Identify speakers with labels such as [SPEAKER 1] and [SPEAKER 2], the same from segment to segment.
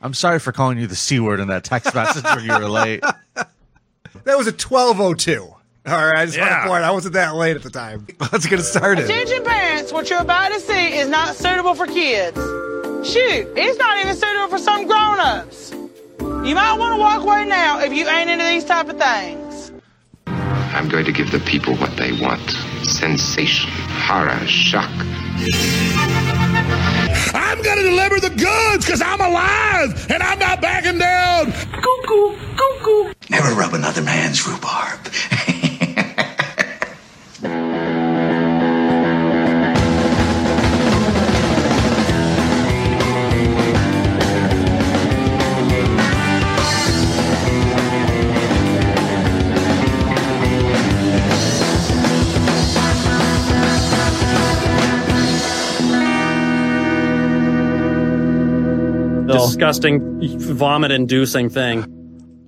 [SPEAKER 1] I'm sorry for calling you the C word in that text message when you were late.
[SPEAKER 2] That was a 1202. All right, I just want
[SPEAKER 1] Yeah.
[SPEAKER 2] to point out, I wasn't that late at the time. Let's get started.
[SPEAKER 3] Attention parents, what you're about to see is not suitable for kids. Shoot, it's not even suitable for some grown-ups. You might want to walk away now if you ain't into these type of things.
[SPEAKER 4] I'm going to give the people what they want sensation, horror, shock.
[SPEAKER 5] I'm going to deliver the goods because I'm alive and I'm not backing down.
[SPEAKER 6] Never rub another man's rhubarb.
[SPEAKER 7] disgusting, vomit-inducing thing.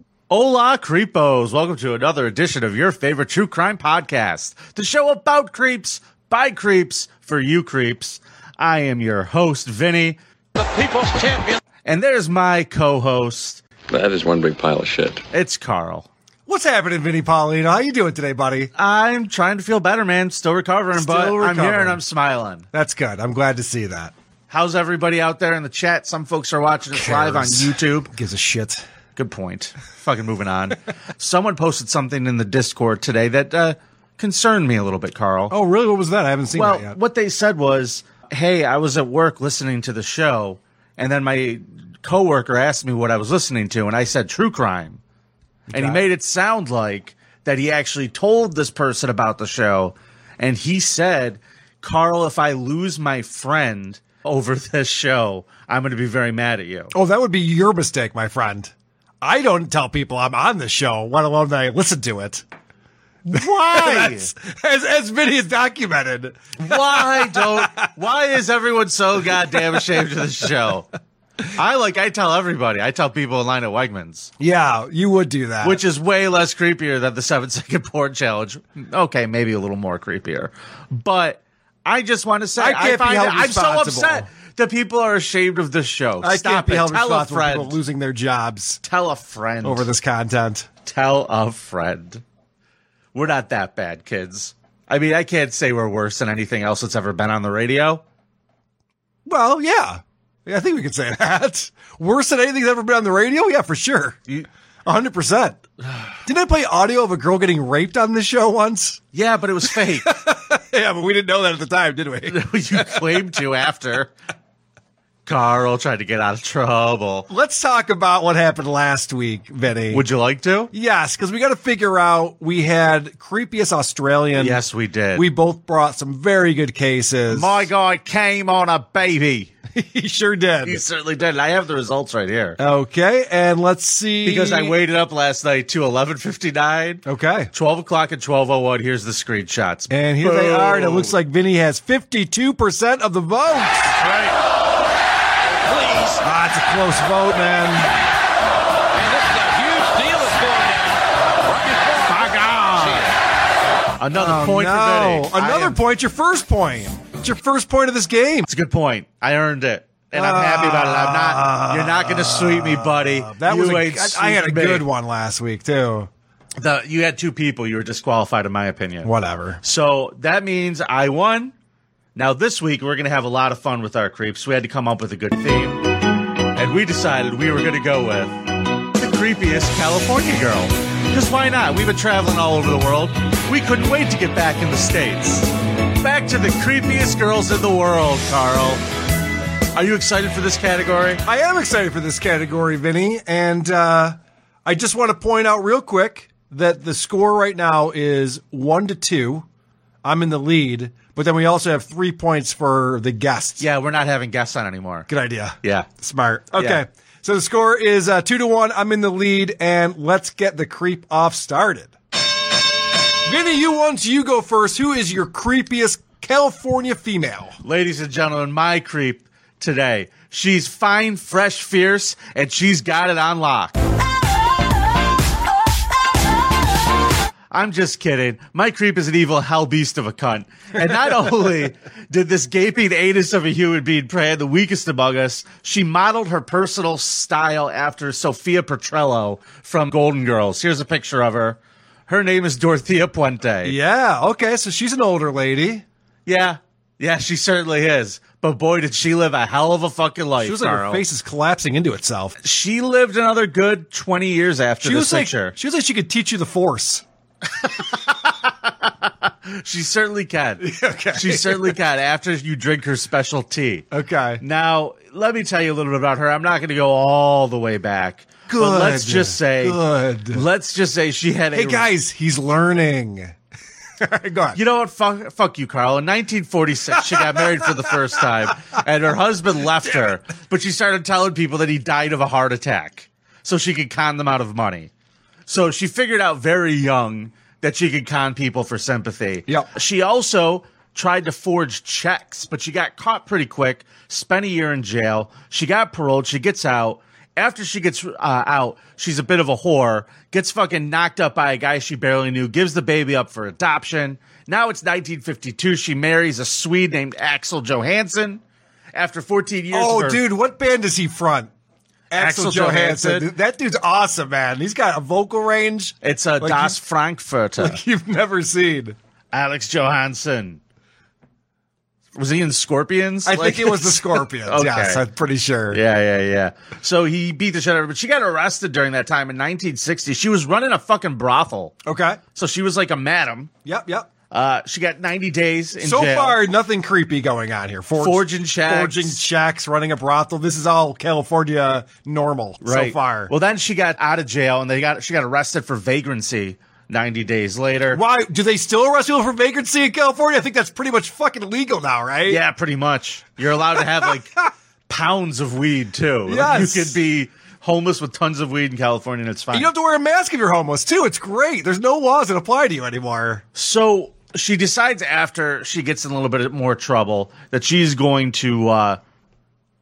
[SPEAKER 1] Hola, creepos. Welcome to another edition of your favorite true crime podcast, the show about creeps, by creeps, for you creeps. I am your host, Vinny. The people's champion. And there's my co host,
[SPEAKER 8] That is one big pile of shit.
[SPEAKER 1] it's Carl.
[SPEAKER 2] What's happening, Vinny Paulino? How you doing today, buddy?
[SPEAKER 1] I'm trying to feel better, man. Still recovering,
[SPEAKER 2] Still
[SPEAKER 1] but I'm here
[SPEAKER 2] recovering.
[SPEAKER 1] and I'm smiling.
[SPEAKER 2] That's good. I'm glad to see that.
[SPEAKER 1] How's everybody out there in the chat? Some folks are watching us live on
[SPEAKER 2] Cares.
[SPEAKER 1] YouTube.
[SPEAKER 2] Gives a shit.
[SPEAKER 1] Good point. Fucking moving on. Someone posted something in the Discord today that uh, concerned me a little bit, Carl.
[SPEAKER 2] Oh, really? What was that? I haven't seen that
[SPEAKER 1] well,
[SPEAKER 2] yet.
[SPEAKER 1] what they said was, "Hey, I was at work listening to the show, and then my coworker asked me what I was listening to, and I said true crime, and he
[SPEAKER 2] Okay.
[SPEAKER 1] made it sound like that he actually told this person about the show, and he said, "Carl, if I lose my friend over this show, I'm going to be very mad at you."
[SPEAKER 2] Oh, that would be your mistake, my friend. I don't tell people I'm on the show, let alone that I listen to it.
[SPEAKER 1] Why?
[SPEAKER 2] That's, as, as Vinny has documented.
[SPEAKER 1] why don't? Why is everyone so goddamn ashamed of the show? I like. I tell everybody. I tell people in line at Wegmans.
[SPEAKER 2] Yeah, you would do that.
[SPEAKER 1] which is way less creepier than the seven second porn challenge. Okay, maybe a little more creepier, but I just want to say
[SPEAKER 2] I
[SPEAKER 1] I,
[SPEAKER 2] can't be
[SPEAKER 1] find
[SPEAKER 2] held
[SPEAKER 1] it- I'm so
[SPEAKER 2] responsible.
[SPEAKER 1] upset that people are ashamed of this show.
[SPEAKER 2] I
[SPEAKER 1] Stop
[SPEAKER 2] can't be
[SPEAKER 1] it.
[SPEAKER 2] held
[SPEAKER 1] Tell a
[SPEAKER 2] responsible for people
[SPEAKER 1] friend.
[SPEAKER 2] losing their jobs
[SPEAKER 1] Tell a friend.
[SPEAKER 2] over this content.
[SPEAKER 1] Tell a friend. We're not that bad, kids. I mean, I can't say we're worse than anything else that's ever been on the radio.
[SPEAKER 2] Well, yeah. Yeah, I think we can say that. Worse than anything's ever been on the radio? Yeah, for sure.
[SPEAKER 1] You-
[SPEAKER 2] 100%. Didn't I play audio of a girl getting raped on this show once?
[SPEAKER 1] yeah, but it was fake.
[SPEAKER 2] Yeah, but we didn't know that at the time, did we?
[SPEAKER 1] you claimed to after. Carl tried to get out of trouble.
[SPEAKER 2] Let's talk about what happened last week, Vinny.
[SPEAKER 1] Would you like to?
[SPEAKER 2] yes, because we got to figure out we had creepiest Australian.
[SPEAKER 1] Yes, we did.
[SPEAKER 2] We both brought some very good cases.
[SPEAKER 1] My guy came on a baby.
[SPEAKER 2] he sure did.
[SPEAKER 1] He certainly did. And I have the results right here
[SPEAKER 2] Uh, okay, and let's see.
[SPEAKER 1] because I waited up last night to eleven fifty nine.
[SPEAKER 2] Okay.
[SPEAKER 1] 12 o'clock and 1201. Here's the screenshots.
[SPEAKER 2] And here they
[SPEAKER 1] Boom.
[SPEAKER 2] are, and it looks like Vinny has 52% of the vote. Please. Ah, it's a close vote, man.
[SPEAKER 1] another
[SPEAKER 2] Oh,
[SPEAKER 1] point
[SPEAKER 2] no.
[SPEAKER 1] for Vinny.
[SPEAKER 2] Another
[SPEAKER 1] I am-
[SPEAKER 2] point, your first point. It's your first point of this game.
[SPEAKER 1] It's a good point. I earned it. And I'm happy about it. I'm not. You're not going to sweep me, buddy.
[SPEAKER 2] Ah. That
[SPEAKER 1] you
[SPEAKER 2] was a,
[SPEAKER 1] ain't
[SPEAKER 2] I, I had a
[SPEAKER 1] sweeping me.
[SPEAKER 2] good one last week, too.
[SPEAKER 1] The, you had two people. You were disqualified, in my opinion.
[SPEAKER 2] Whatever.
[SPEAKER 1] So that means I won. Now this week we're gonna have a lot of fun with our creeps. We had to come up with a good theme, and we decided we were gonna go with the creepiest California girl. Because why not? We've been traveling all over the world. We couldn't wait to get back in the states. Back to the creepiest girls in the world, Carl. Are you excited for this category?
[SPEAKER 2] I am excited for this category, Vinny, and uh, I just want to point out real quick that the score right now is one to two. I'm in the lead, but then we also have three points for the guests.
[SPEAKER 1] Yeah, we're not having guests on anymore.
[SPEAKER 2] good idea.
[SPEAKER 1] Yeah.
[SPEAKER 2] smart. Okay,
[SPEAKER 1] Yeah.
[SPEAKER 2] so the score is uh, two to one. I'm in the lead, and let's get the creep off started. Vinny, you once you go first. Who is your creepiest California female?
[SPEAKER 1] Ladies and gentlemen, my creep today. She's fine, fresh, fierce, and she's got it on lock. I'm just kidding. My creep is an evil hell beast of a cunt. And not only did this gaping anus of a human being prey on the weakest among us, she modeled her personal style after Sophia Petrello from Golden Girls. Here's a picture of her. Her name is Dorothea Puente.
[SPEAKER 2] Yeah. Okay. So she's an older lady.
[SPEAKER 1] Yeah. Yeah, she certainly is. But boy, did she live a hell of a fucking life.
[SPEAKER 2] She was like
[SPEAKER 1] Carl.
[SPEAKER 2] her face is collapsing into itself.
[SPEAKER 1] She lived another good 20 years after
[SPEAKER 2] She
[SPEAKER 1] this
[SPEAKER 2] was like
[SPEAKER 1] picture.
[SPEAKER 2] she was like she could teach you the force.
[SPEAKER 1] She certainly can. She certainly can after you drink her special tea.
[SPEAKER 2] Okay.
[SPEAKER 1] Now, let me tell you a little bit about her. I'm not going to go all the way back. But
[SPEAKER 2] Good.
[SPEAKER 1] let's just say,
[SPEAKER 2] Good.
[SPEAKER 1] let's just say she had a.
[SPEAKER 2] Hey guys, he's learning. All right, Go on.
[SPEAKER 1] You know what? Fuck, fuck you, Carl. In 1946, she got married for the first time, and her husband left her, but she started telling people that he died of a heart attack so she could con them out of money. So she figured out very young that she could con people for sympathy.
[SPEAKER 2] Yep.
[SPEAKER 1] She also tried to forge checks, but she got caught pretty quick, spent a year in jail. She got paroled. She gets out. After she gets uh, out, she's a bit of a whore, gets fucking knocked up by a guy she barely knew, gives the baby up for adoption. Now it's 1952. She marries a Swede named Axel Johansson. After 14 years, of
[SPEAKER 2] oh,
[SPEAKER 1] her-
[SPEAKER 2] dude, what band does he front?
[SPEAKER 1] Axel Johansson.
[SPEAKER 2] That dude's awesome, man. He's got a vocal range
[SPEAKER 1] it's a
[SPEAKER 2] Like
[SPEAKER 1] Das Frankfurter.
[SPEAKER 2] you've never seen.
[SPEAKER 1] Alex Johansson. Was he in Scorpions?
[SPEAKER 2] I
[SPEAKER 1] Like-
[SPEAKER 2] think it was the Scorpions.
[SPEAKER 1] Okay.
[SPEAKER 2] Yes, I'm pretty sure.
[SPEAKER 1] Yeah, yeah, yeah. So he beat the shit out of her, but she got arrested during that time in 1960. She was running a fucking brothel.
[SPEAKER 2] Okay.
[SPEAKER 1] So she was like a madam.
[SPEAKER 2] Yep. Yep.
[SPEAKER 1] Uh, she got 90 days in
[SPEAKER 2] so
[SPEAKER 1] jail.
[SPEAKER 2] far, nothing creepy going on here. Forge,
[SPEAKER 1] Forging checks.
[SPEAKER 2] forging checks, running a brothel. This is all California normal so
[SPEAKER 1] Right.
[SPEAKER 2] far.
[SPEAKER 1] Well, then she got out of jail and they got she got arrested for vagrancy 90 days later.
[SPEAKER 2] why do they still arrest people for vagrancy in California? I think that's pretty much fucking legal now, right?
[SPEAKER 1] Yeah, pretty much. You're allowed to have like pounds of weed too. Like,
[SPEAKER 2] Yes.
[SPEAKER 1] You could be homeless with tons of weed in California and it's fine.
[SPEAKER 2] You don't have to wear a mask if you're homeless too. It's great. There's no laws that apply to you anymore.
[SPEAKER 1] So she decides after she gets in a little bit more trouble that she's going to uh,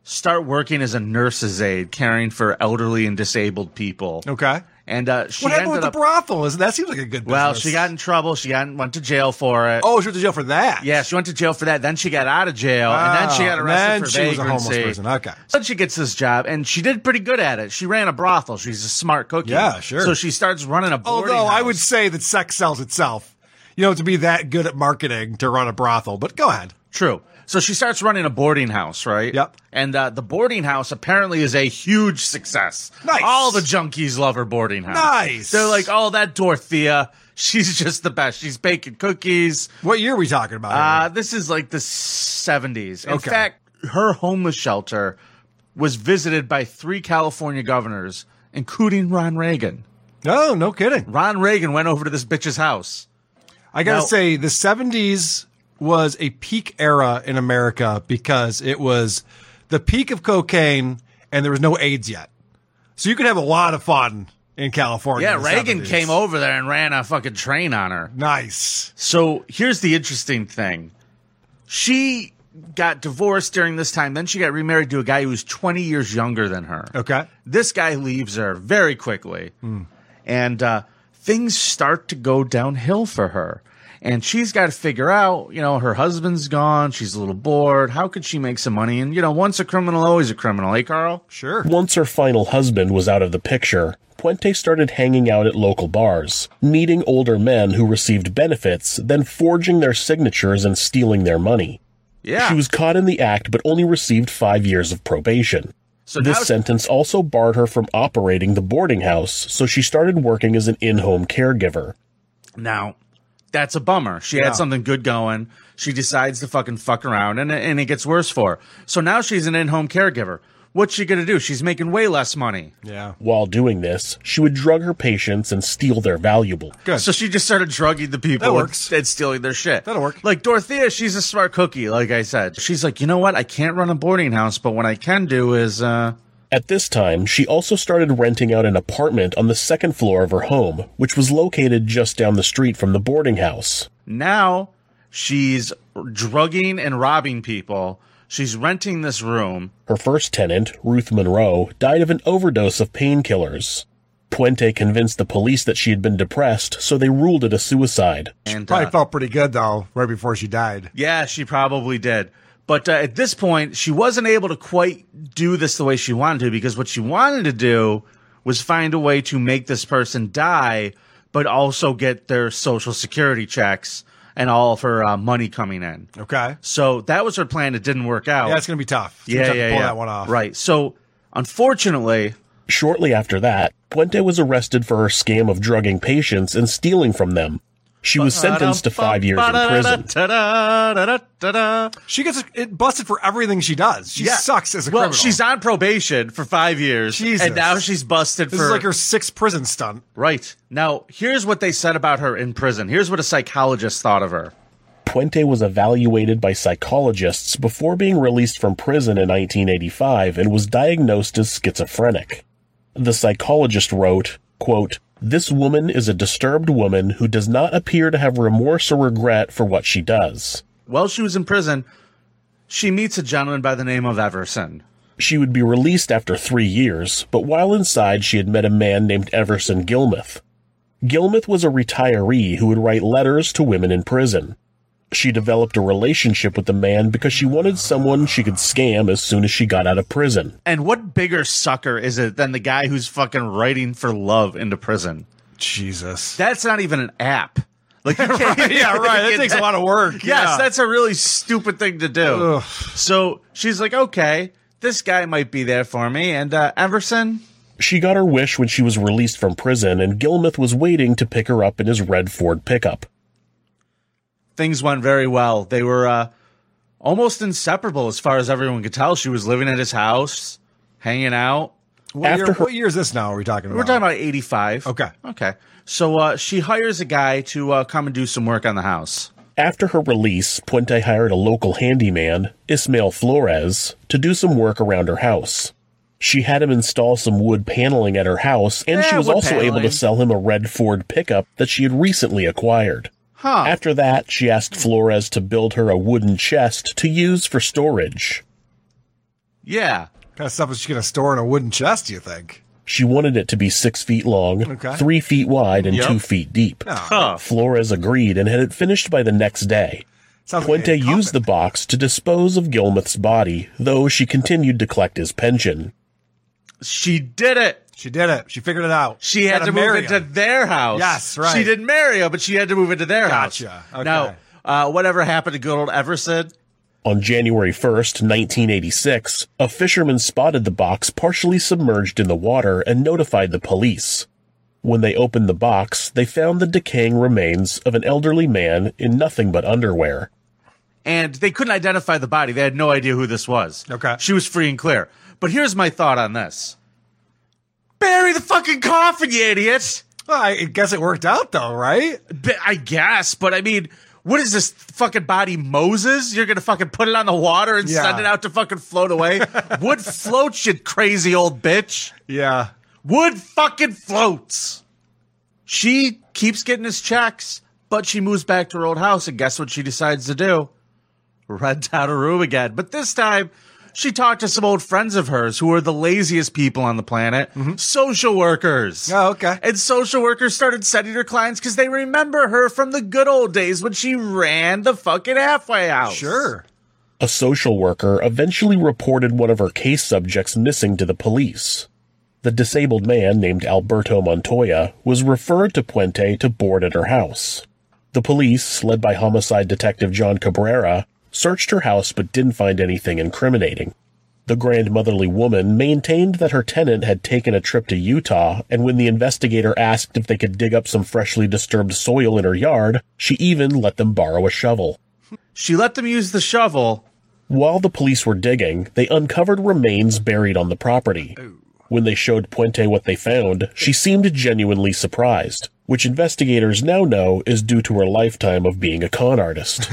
[SPEAKER 1] start working as a nurse's aide, caring for elderly and disabled people.
[SPEAKER 2] Okay.
[SPEAKER 1] And uh, she
[SPEAKER 2] What happened
[SPEAKER 1] ended
[SPEAKER 2] with the
[SPEAKER 1] up.
[SPEAKER 2] brothel? Is that seems like a good. Business.
[SPEAKER 1] well, she got in trouble. She got in, went to jail for it.
[SPEAKER 2] Oh, she went to jail for that.
[SPEAKER 1] Yeah, she went to jail for that. Then she got out of jail, and then she got
[SPEAKER 2] Wow.
[SPEAKER 1] arrested
[SPEAKER 2] Ah, Then
[SPEAKER 1] for
[SPEAKER 2] she was a homeless
[SPEAKER 1] vagrancy.
[SPEAKER 2] person. Okay.
[SPEAKER 1] So she gets this job, and she did pretty good at it. She ran a brothel. She's a smart cookie.
[SPEAKER 2] Yeah, sure.
[SPEAKER 1] So she starts running a boarding
[SPEAKER 2] Although I
[SPEAKER 1] house.
[SPEAKER 2] would say that sex sells itself. You don't have to be that good at marketing to run a brothel, but go ahead.
[SPEAKER 1] True. So she starts running a boarding house, right?
[SPEAKER 2] Yep.
[SPEAKER 1] And uh, the boarding house apparently is a huge success.
[SPEAKER 2] Nice.
[SPEAKER 1] All the junkies love her boarding house.
[SPEAKER 2] Nice.
[SPEAKER 1] They're like, oh, that Dorothea, she's just the best. She's baking cookies.
[SPEAKER 2] What year are we talking about?
[SPEAKER 1] Uh, this is like the 70s. In
[SPEAKER 2] Okay.
[SPEAKER 1] fact, her homeless shelter was visited by three California governors, including Ron Reagan.
[SPEAKER 2] no, no kidding.
[SPEAKER 1] Ron Reagan went over to this bitch's house.
[SPEAKER 2] I gotta
[SPEAKER 1] Now-
[SPEAKER 2] say, the '70s was a peak era in America because it was the peak of cocaine, and there was no AIDS yet, so you could have a lot of fun in California.
[SPEAKER 1] Yeah,
[SPEAKER 2] in the
[SPEAKER 1] Reagan
[SPEAKER 2] 70s.
[SPEAKER 1] came over there and ran a fucking train on her.
[SPEAKER 2] Nice.
[SPEAKER 1] So here's the interesting thing. She got divorced during this time. Then she got remarried to a guy who was 20 years younger than her.
[SPEAKER 2] Okay.
[SPEAKER 1] This guy leaves her very quickly. And uh, things start to go downhill for her. And she's got to figure out, you know, her husband's gone. She's a little bored. How could she make some money? And, you know, once a criminal, always a criminal. Hey, Carl?
[SPEAKER 2] Sure.
[SPEAKER 9] Once her final husband was out of the picture, Puente started hanging out at local bars, meeting older men who received benefits, then forging their signatures and stealing their money.
[SPEAKER 1] Yeah.
[SPEAKER 9] She was caught in the act but only received five years of probation.
[SPEAKER 1] so
[SPEAKER 9] This
[SPEAKER 1] now-
[SPEAKER 9] sentence also barred her from operating the boarding house, so she started working as an in home caregiver.
[SPEAKER 1] Now, that's a bummer. She
[SPEAKER 2] Yeah.
[SPEAKER 1] had something good going. She decides to fucking fuck around, and and it gets worse for her. So now she's an in-home caregiver. What's she gonna do? She's making way less money.
[SPEAKER 2] Yeah.
[SPEAKER 9] While doing this, she would drug her patients and steal their valuables.
[SPEAKER 2] Good.
[SPEAKER 1] So she just started drugging the people
[SPEAKER 2] That works.
[SPEAKER 1] and, and stealing their shit.
[SPEAKER 2] That'll work.
[SPEAKER 1] Like Dorothea, she's a smart cookie, like I said. She's like, you know what? I can't run a boarding house, but what I can do is uh
[SPEAKER 9] At this time, she also started renting out an apartment on the second floor of her home, which was located just down the street from the boarding house.
[SPEAKER 1] now she's drugging and robbing people. She's renting this room.
[SPEAKER 9] Her first tenant, Ruth Monroe, died of an overdose of painkillers. Puente convinced the police that she had been depressed, so they ruled it a suicide.
[SPEAKER 1] And
[SPEAKER 2] Probably
[SPEAKER 1] uh,
[SPEAKER 2] felt pretty good though, right before she died.
[SPEAKER 1] Yeah, she probably did. But uh, at this point, she wasn't able to quite do this the way she wanted to because what she wanted to do was find a way to make this person die, but also get their social security checks and all of her uh, money coming in.
[SPEAKER 2] Okay.
[SPEAKER 1] So that was her plan. It didn't work out.
[SPEAKER 2] Yeah, it's gonna be tough. It's
[SPEAKER 1] yeah,
[SPEAKER 2] gonna be tough
[SPEAKER 1] yeah,
[SPEAKER 2] to pull
[SPEAKER 1] yeah.
[SPEAKER 2] that one off.
[SPEAKER 1] Right. So unfortunately,
[SPEAKER 9] Shortly after that, Puente was arrested for her scam of drugging patients and stealing from them. She was sentenced to five years in prison.
[SPEAKER 1] prison.
[SPEAKER 2] She gets it busted for everything she does. She sucks as a
[SPEAKER 1] well,
[SPEAKER 2] criminal.
[SPEAKER 1] she's on probation for five years,
[SPEAKER 2] Jesus.
[SPEAKER 1] and now she's busted
[SPEAKER 2] this
[SPEAKER 1] for
[SPEAKER 2] is like her sixth prison stunt.
[SPEAKER 1] Right. Now, here's what they said about her in prison. Here's what a psychologist thought of her.
[SPEAKER 9] Puente was evaluated by psychologists before being released from prison in 1985 and was diagnosed as schizophrenic. The psychologist wrote, quote, This woman is a disturbed woman who does not appear to have remorse or regret for what she does.
[SPEAKER 1] While she was in prison, she meets a gentleman by the name of Everson.
[SPEAKER 9] She would be released after three years, but while inside, she had met a man named Everson Gilmeth. Gilmeth was a retiree who would write letters to women in prison. She developed a relationship with the man because she wanted someone she could scam as soon as she got out of prison.
[SPEAKER 1] And what bigger sucker is it than the guy who's fucking writing for love into prison?
[SPEAKER 2] Jesus.
[SPEAKER 1] That's not even an app. Like, you can't even
[SPEAKER 2] yeah, right. That
[SPEAKER 1] get
[SPEAKER 2] takes a lot of work.
[SPEAKER 1] Yes,
[SPEAKER 2] yeah.
[SPEAKER 1] that's a really stupid thing to do.
[SPEAKER 2] Ugh.
[SPEAKER 1] So she's like, okay, this guy might be there for me. And uh, Everson,
[SPEAKER 9] She got her wish when she was released from prison, and Gilmeth was waiting to pick her up in his red Ford pickup.
[SPEAKER 1] things went very well. They were uh, almost inseparable as far as everyone could tell. She was living at his house, hanging out.
[SPEAKER 2] What,
[SPEAKER 9] After
[SPEAKER 2] year,
[SPEAKER 9] her-
[SPEAKER 2] what year is this now? Are we talking about?
[SPEAKER 1] We're talking about 85.
[SPEAKER 2] Okay.
[SPEAKER 1] Okay. So uh, she hires a guy to uh, come and do some work on the house.
[SPEAKER 9] After her release, Puente hired a local handyman, Ismael Flores, to do some work around her house. She had him install some wood paneling at her house, and she
[SPEAKER 1] Yeah,
[SPEAKER 9] was
[SPEAKER 1] wood
[SPEAKER 9] also able
[SPEAKER 1] paneling.
[SPEAKER 9] to sell him a red Ford pickup that she had recently acquired.
[SPEAKER 1] Huh.
[SPEAKER 9] After that, she asked Flores to build her a wooden chest to use for storage.
[SPEAKER 1] yeah.
[SPEAKER 2] What kind of stuff is she gonna store in a wooden chest? Do you think?
[SPEAKER 9] She wanted it to be six feet long,
[SPEAKER 2] Okay.
[SPEAKER 9] three feet wide, and
[SPEAKER 1] Yep.
[SPEAKER 9] two feet deep.
[SPEAKER 1] Huh.
[SPEAKER 9] Flores agreed and had it finished by the next day.
[SPEAKER 2] Sounds like
[SPEAKER 9] Puente
[SPEAKER 2] a
[SPEAKER 9] used the
[SPEAKER 2] coffin.
[SPEAKER 9] box to dispose of Gilmeth's body, though she continued to collect his pension.
[SPEAKER 1] She did it.
[SPEAKER 2] She did it. She figured it out.
[SPEAKER 1] She had
[SPEAKER 2] Gotta
[SPEAKER 1] to move
[SPEAKER 2] marry
[SPEAKER 1] into
[SPEAKER 2] him.
[SPEAKER 1] their house.
[SPEAKER 2] Yes, right.
[SPEAKER 1] She didn't marry him, but she had to move into their
[SPEAKER 2] Gotcha.
[SPEAKER 1] house.
[SPEAKER 2] Okay.
[SPEAKER 1] Now, uh, whatever happened to good old Everson?
[SPEAKER 9] On January 1st, 1986, a fisherman spotted the box partially submerged in the water and notified the police. When they opened the box, they found the decaying remains of an elderly man in nothing but underwear.
[SPEAKER 1] and they couldn't identify the body. They had no idea who this was.
[SPEAKER 2] Okay.
[SPEAKER 1] She was free and clear. But here's my thought on this bury the fucking coffin, you idiots!
[SPEAKER 2] Well, I guess it worked out though, right?
[SPEAKER 1] B- I guess, but I mean, what is this fucking body, Moses? You're gonna fucking put it on the water and
[SPEAKER 2] Yeah.
[SPEAKER 1] send it out to fucking float away? Wood floats, you crazy old bitch.
[SPEAKER 2] Yeah.
[SPEAKER 1] Wood fucking floats. She keeps getting his checks, but she moves back to her old house, and guess what she decides to do? Rent out a room again. But this time, she talked to some old friends of hers who are the laziest people on the planet social workers.
[SPEAKER 2] Mm-hmm. Oh, okay.
[SPEAKER 1] And social workers started sending her clients because they remember her from the good old days when she ran the fucking halfway house.
[SPEAKER 2] Sure.
[SPEAKER 9] A social worker eventually reported one of her case subjects missing to the police. The disabled man named Alberto Montoya was referred to Puente to board at her house. The police, led by homicide detective John Cabrera, searched her house but didn't find anything incriminating. The grandmotherly woman maintained that her tenant had taken a trip to Utah, and when the investigator asked if they could dig up some freshly disturbed soil in her yard, she even let them borrow a shovel.
[SPEAKER 1] She let them use the shovel.
[SPEAKER 9] While the police were digging, they uncovered remains buried on the property. When they showed Puente what they found, she seemed genuinely surprised, which investigators now know is due to her lifetime of being a con artist.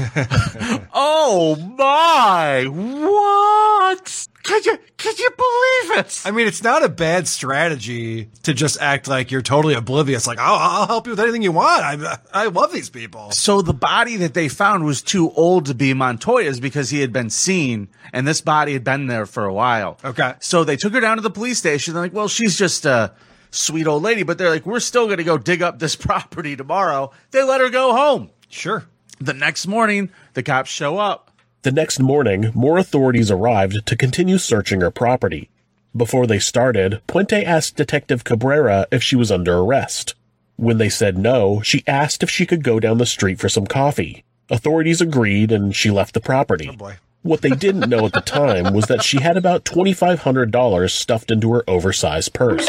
[SPEAKER 1] Oh my! What? Can you can you believe it?
[SPEAKER 2] I mean, it's not a bad strategy to just act like you're totally oblivious. Like, I'll, I'll help you with anything you want. I, I love these people.
[SPEAKER 1] So the body that they found was too old to be Montoya's because he had been seen, and this body had been there for a while.
[SPEAKER 2] Okay.
[SPEAKER 1] So they took her down to the police station. They're like, "Well, she's just uh, sweet old lady, but they're like, we're still going to go dig up this property tomorrow. They let her go home.
[SPEAKER 2] Sure.
[SPEAKER 1] The next morning, the cops show up.
[SPEAKER 9] The next morning, more authorities arrived to continue searching her property. Before they started, Puente asked Detective Cabrera if she was under arrest. When they said no, she asked if she could go down the street for some coffee. Authorities agreed and she left the property.
[SPEAKER 2] boy.
[SPEAKER 9] What they didn't know at the time was that she had about $2,500 stuffed into her oversized purse.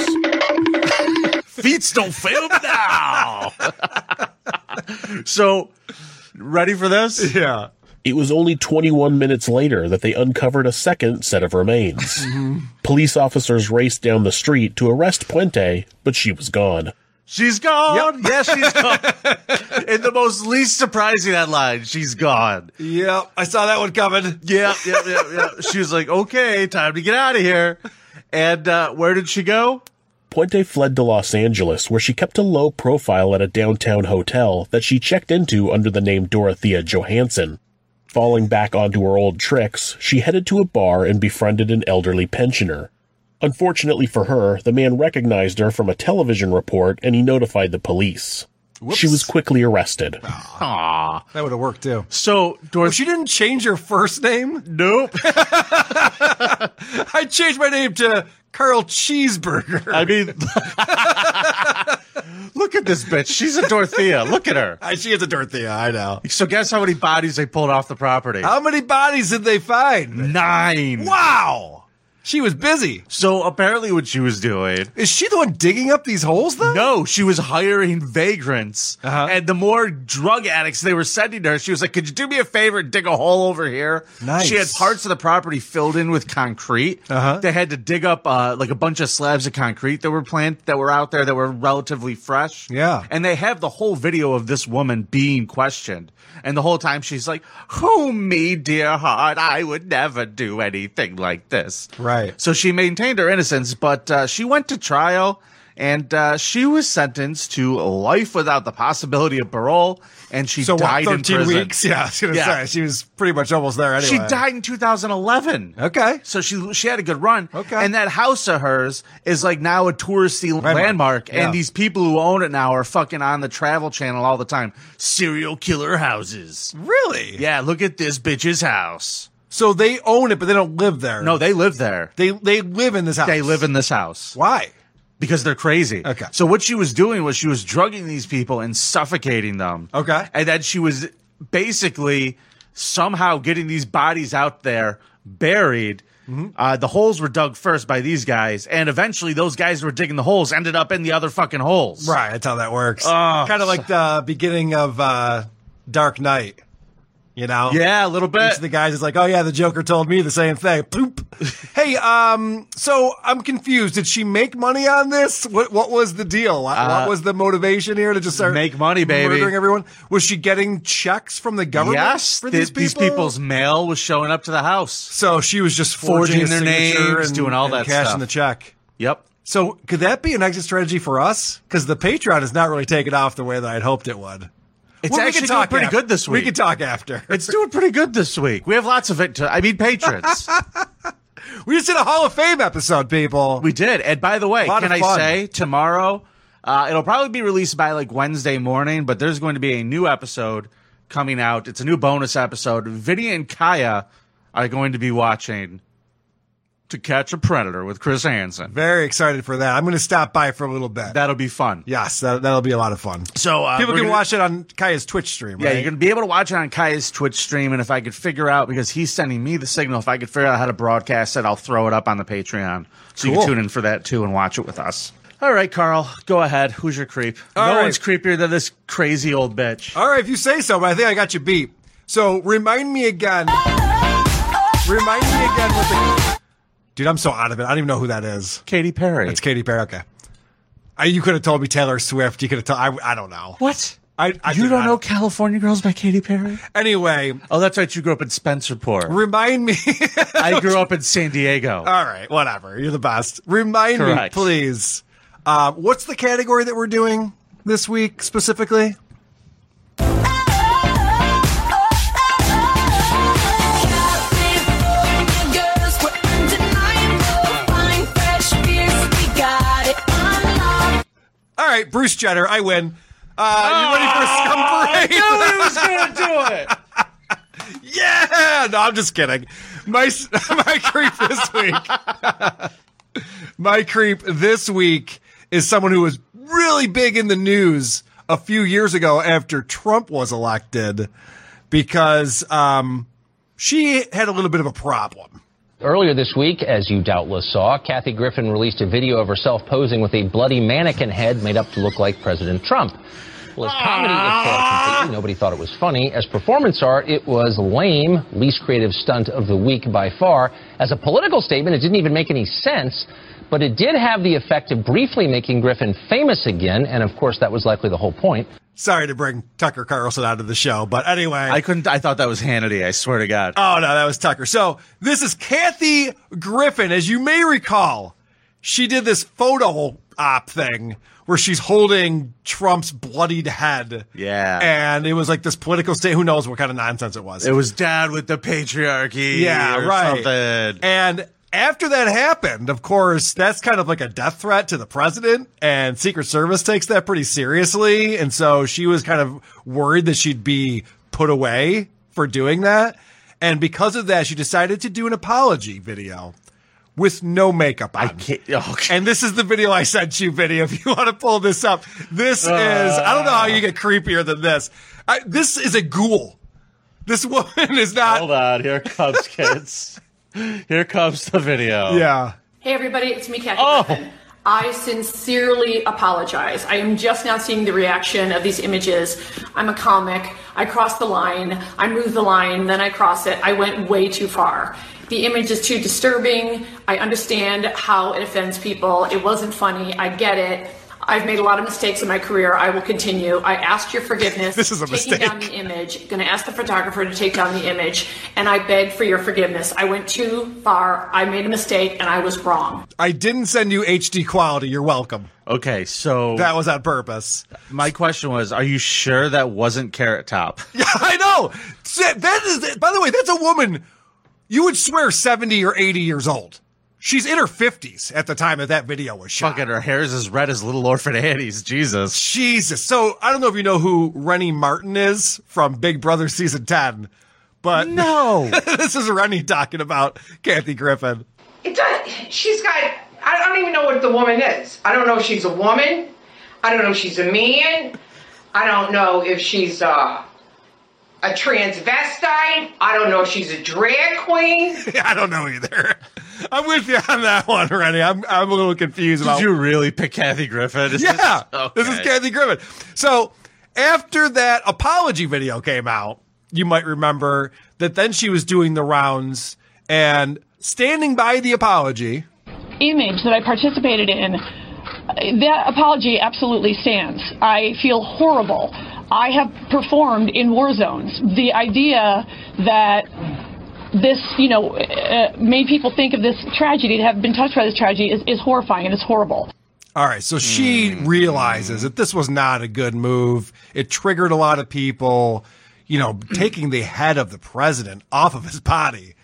[SPEAKER 1] Feet don't fail me now. so, ready for this?
[SPEAKER 2] Yeah.
[SPEAKER 9] It was only 21 minutes later that they uncovered a second set of remains. Police officers raced down the street to arrest Puente, but she was gone.
[SPEAKER 1] She's gone. Yes, she's gone. In the most least surprising headline, she's gone.
[SPEAKER 2] Yeah. I saw that one coming.
[SPEAKER 1] Yeah, yeah, yeah, yeah. She was like, okay, time to get out of here. And uh, where did she go?
[SPEAKER 9] Puente fled to Los Angeles, where she kept a low profile at a downtown hotel that she checked into under the name Dorothea Johansson. Falling back onto her old tricks, she headed to a bar and befriended an elderly pensioner. Unfortunately for her, the man recognized her from a television report and he notified the police. She was quickly arrested.
[SPEAKER 1] Aw.
[SPEAKER 2] That would have worked too.
[SPEAKER 1] So,
[SPEAKER 2] If
[SPEAKER 1] Dorothy.
[SPEAKER 2] she didn't change her first name,
[SPEAKER 1] nope.
[SPEAKER 2] I changed my name to Carl Cheeseburger.
[SPEAKER 1] I mean, look at this bitch. She's a Dorothea. Look at her.
[SPEAKER 2] I, she is a Dorothea. I know.
[SPEAKER 1] So, guess how many bodies they pulled off the property?
[SPEAKER 2] How many bodies did they find?
[SPEAKER 1] Nine.
[SPEAKER 2] Wow. She was busy.
[SPEAKER 1] So, apparently, what she was doing
[SPEAKER 2] Is she the one digging up these holes though?
[SPEAKER 1] No, she was hiring vagrants.
[SPEAKER 2] Uh-huh.
[SPEAKER 1] And the more drug addicts they were sending her, she was like, Could you do me a favor and dig a hole over here?
[SPEAKER 2] Nice.
[SPEAKER 1] She had parts of the property filled in with concrete.
[SPEAKER 2] Uh-huh.
[SPEAKER 1] They had to dig up uh, like a bunch of slabs of concrete that were plant that were out there that were relatively fresh.
[SPEAKER 2] Yeah.
[SPEAKER 1] And they have the whole video of this woman being questioned. And the whole time she's like, Oh, me, dear heart, I would never do anything like this.
[SPEAKER 2] Right.
[SPEAKER 1] So she maintained her innocence, but uh, she went to trial and uh, she was sentenced to life without the possibility of parole. And she
[SPEAKER 2] So what,
[SPEAKER 1] died in
[SPEAKER 2] 13
[SPEAKER 1] prison.
[SPEAKER 2] weeks? Yeah, I was gonna
[SPEAKER 1] Yeah.
[SPEAKER 2] say she was pretty much almost there anyway.
[SPEAKER 1] She died in 2011.
[SPEAKER 2] Okay.
[SPEAKER 1] So she she had a good run.
[SPEAKER 2] Okay.
[SPEAKER 1] And that house of hers is like now a touristy landmark.
[SPEAKER 2] Yeah.
[SPEAKER 1] And these people who own it now are fucking on the travel channel all the time. Serial killer houses.
[SPEAKER 2] Really?
[SPEAKER 1] Yeah, look at this bitch's house.
[SPEAKER 2] So they own it, but they don't live there.
[SPEAKER 1] No, they live there.
[SPEAKER 2] they they live in this house.
[SPEAKER 1] They live in this house.
[SPEAKER 2] Why?
[SPEAKER 1] because they're crazy.
[SPEAKER 2] Okay.
[SPEAKER 1] So what she was doing was she was drugging these people and suffocating them.
[SPEAKER 2] Okay.
[SPEAKER 1] And then she was basically somehow getting these bodies out there buried.
[SPEAKER 2] Mm-hmm.
[SPEAKER 1] Uh, the holes were dug first by these guys, and eventually those guys who were digging the holes ended up in the other fucking holes.
[SPEAKER 2] Right. That's how that works.
[SPEAKER 1] Oh.
[SPEAKER 2] kind of like the beginning of uh, Dark Knight. You know.
[SPEAKER 1] Yeah, a little
[SPEAKER 2] Each
[SPEAKER 1] bit.
[SPEAKER 2] of the guys is like, "Oh yeah, the Joker told me the same thing." Poop. hey, um, so I'm confused. Did she make money on this? What What was the deal? What, what was the motivation here to just start
[SPEAKER 1] Uh, make money, baby.
[SPEAKER 2] Murdering everyone. Was she getting checks from the government?
[SPEAKER 1] yes,
[SPEAKER 2] for
[SPEAKER 1] the-
[SPEAKER 2] these people?
[SPEAKER 1] people's mail was showing up to the house.
[SPEAKER 2] So she was just forging,
[SPEAKER 1] Forging
[SPEAKER 2] a
[SPEAKER 1] their
[SPEAKER 2] signature
[SPEAKER 1] names,
[SPEAKER 2] and,
[SPEAKER 1] doing all
[SPEAKER 2] and
[SPEAKER 1] that
[SPEAKER 2] cashing
[SPEAKER 1] stuff.
[SPEAKER 2] the check.
[SPEAKER 1] Yep.
[SPEAKER 2] So could that be an exit strategy for us? Because the Patreon is not really taking off the way that I'd hoped it would.
[SPEAKER 1] It's
[SPEAKER 2] Well, we
[SPEAKER 1] actually
[SPEAKER 2] can
[SPEAKER 1] doing
[SPEAKER 2] talk
[SPEAKER 1] pretty
[SPEAKER 2] after.
[SPEAKER 1] good this week.
[SPEAKER 2] We can talk after.
[SPEAKER 1] It's doing pretty good this week. We have lots of it. To, I mean, patrons.
[SPEAKER 2] We just did a Hall of Fame episode, people.
[SPEAKER 1] We did. And by the way,
[SPEAKER 2] Lot of
[SPEAKER 1] can I
[SPEAKER 2] fun.
[SPEAKER 1] say tomorrow? Uh, it'll probably be released by like Wednesday morning, but there's going to be a new episode coming out. It's a new bonus episode. Vinny and Kaya are going to be watching To Catch a Predator with Chris Hansen.
[SPEAKER 2] Very excited for that. I'm going to stop by for a little bit.
[SPEAKER 1] That'll be fun.
[SPEAKER 2] yes, that, that'll be a lot of fun.
[SPEAKER 1] So uh,
[SPEAKER 2] people
[SPEAKER 1] we're
[SPEAKER 2] can
[SPEAKER 1] gonna-
[SPEAKER 2] watch it on Kaya's Twitch stream.
[SPEAKER 1] Yeah,
[SPEAKER 2] right?
[SPEAKER 1] you're going to be able to watch it on Kaya's Twitch stream. And if I could figure out, because he's sending me the signal, if I could figure out how to broadcast it, I'll throw it up on the Patreon. So you
[SPEAKER 2] Cool.
[SPEAKER 1] can tune in for that too and watch it with us. All right, Carl, go ahead. Who's your creep? no
[SPEAKER 2] right.
[SPEAKER 1] one's creepier than this crazy old bitch.
[SPEAKER 2] All right, if you say so, but I think I got you beat. So remind me again. Remind me again what the. Dude, I'm so out of it. I don't even know who that is.
[SPEAKER 1] Katy Perry.
[SPEAKER 2] It's Katy Perry. Okay. I, you could have told me Taylor Swift. You could have told. I, I don't know.
[SPEAKER 1] what?
[SPEAKER 2] I, I
[SPEAKER 1] you
[SPEAKER 2] did
[SPEAKER 1] don't
[SPEAKER 2] not-
[SPEAKER 1] know California Girls by Katy Perry?
[SPEAKER 2] Anyway,
[SPEAKER 1] Oh, that's right. You grew up in Spencerport.
[SPEAKER 2] remind me.
[SPEAKER 1] I grew up in San Diego.
[SPEAKER 2] All right, whatever. You're the best. Remind
[SPEAKER 1] Correct.
[SPEAKER 2] me, please. Uh, what's the category that we're doing this week specifically?
[SPEAKER 10] Girls were undeniable. Fine, fresh beers, we got it online.
[SPEAKER 2] right, Bruce Jenner, I win. Uh, you ready for a scum parade?
[SPEAKER 1] Who was going to do it?
[SPEAKER 2] yeah! No, I'm just kidding. My, s- my creep this week. my creep this week is someone who was really big in the news a few years ago after Trump was elected because um, she had a little bit of a problem.
[SPEAKER 10] Earlier this week, as you doubtless saw, Kathy Griffin released a video of herself posing with a bloody mannequin head made up to look like President Trump. Well, as comedy it failed completely. Nobody thought it was funny. As performance art, it was lame, least creative stunt of the week by far. As a political statement, it didn't even make any sense, but it did have the effect of briefly making Griffin famous again, and of course, that was likely the whole point.
[SPEAKER 2] Sorry to bring Tucker Carlson out of the show, but anyway.
[SPEAKER 1] I couldn't. I thought that was Hannity. I swear to God.
[SPEAKER 2] Oh no, that was Tucker. So this is Kathy Griffin, as you may recall. She did this photo op thing where she's holding Trump's bloodied head.
[SPEAKER 1] Yeah.
[SPEAKER 2] And it was like this political state. Who knows what kind of nonsense it was.
[SPEAKER 1] It was down with the patriarchy.
[SPEAKER 2] yeah,
[SPEAKER 1] or
[SPEAKER 2] right.
[SPEAKER 1] Something.
[SPEAKER 2] And after that happened, of course, that's kind of like a death threat to the president and Secret Service takes that pretty seriously. And so she was kind of worried that she'd be put away for doing that. And because of that, she decided to do an apology video with no makeup on.
[SPEAKER 1] I can't. Oh, God.
[SPEAKER 2] And this is the video I sent you, Vinny, if you want to pull this up. This
[SPEAKER 1] Uh.
[SPEAKER 2] is, I don't know how you get creepier than this. I, this is a ghoul. This woman is not.
[SPEAKER 1] Hold on. Here comes kids. Here comes the video.
[SPEAKER 2] Yeah.
[SPEAKER 11] Hey, everybody, it's me, Kathy Griffin. I sincerely apologize. I am just now seeing the reaction of these images. I'm a comic. I crossed the line. I moved the line, then I cross it. I went way too far. The image is too disturbing. I understand how it offends people. It wasn't funny. I get it. I've made a lot of mistakes in my career. I will continue. I asked your forgiveness.
[SPEAKER 2] This is a
[SPEAKER 11] taking down
[SPEAKER 2] mistake.
[SPEAKER 11] the image. Going to ask the photographer to take down the image, and I beg for your forgiveness. I went too far. I made a mistake, and I was wrong.
[SPEAKER 2] I didn't send you HD quality. You're welcome.
[SPEAKER 1] Okay. So
[SPEAKER 2] That was on purpose.
[SPEAKER 1] my question was, are you sure that wasn't Carrot Top?
[SPEAKER 2] Yeah, I know. Sa- That is, by the way, that's a woman you would swear 70 or 80 years old. She's in her 50s at the time that that video was shot.
[SPEAKER 1] Fucking her hair's as red as Little Orphan Annie's. Jesus.
[SPEAKER 2] Jesus. So I don't know if you know who Rennie Martin is from Big Brother season 10, but
[SPEAKER 1] No.
[SPEAKER 2] this is Rennie talking about Kathy Griffin.
[SPEAKER 11] It does. She's got. I don't even know what the woman is. I don't know if she's a woman. I don't know if she's a man. I don't know if she's uh, a transvestite. I don't know if she's a drag queen.
[SPEAKER 2] I don't know either. I'm with you on that one, Rennie. I'm, I'm a little confused
[SPEAKER 1] Did
[SPEAKER 2] about
[SPEAKER 1] you really pick Kathy Griffin? Is this-
[SPEAKER 2] Yeah. This is
[SPEAKER 1] Okay.
[SPEAKER 2] Kathy Griffin. So after that apology video came out, you might remember that then she was doing the rounds and standing by the apology.
[SPEAKER 11] image that I participated in, that apology absolutely stands. I feel horrible. I have performed in war zones. The idea that this, you know, uh, made people think of this tragedy, to have been touched by this tragedy, is, is horrifying and it's horrible.
[SPEAKER 2] All right. So she realizes that this was not a good move. It triggered a lot of people, you know, taking the head of the president off of his body.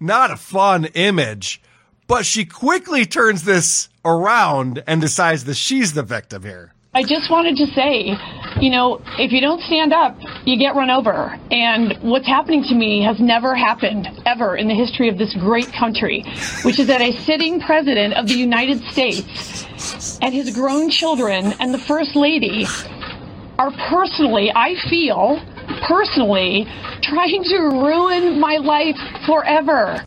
[SPEAKER 2] Not a fun image. But she quickly turns this around and decides that she's the victim here.
[SPEAKER 11] I just wanted to say, you know, if you don't stand up, you get run over. And what's happening to me has never happened ever in the history of this great country, which is that a sitting president of the United States and his grown children and the first lady are personally, I feel personally, trying to ruin my life forever.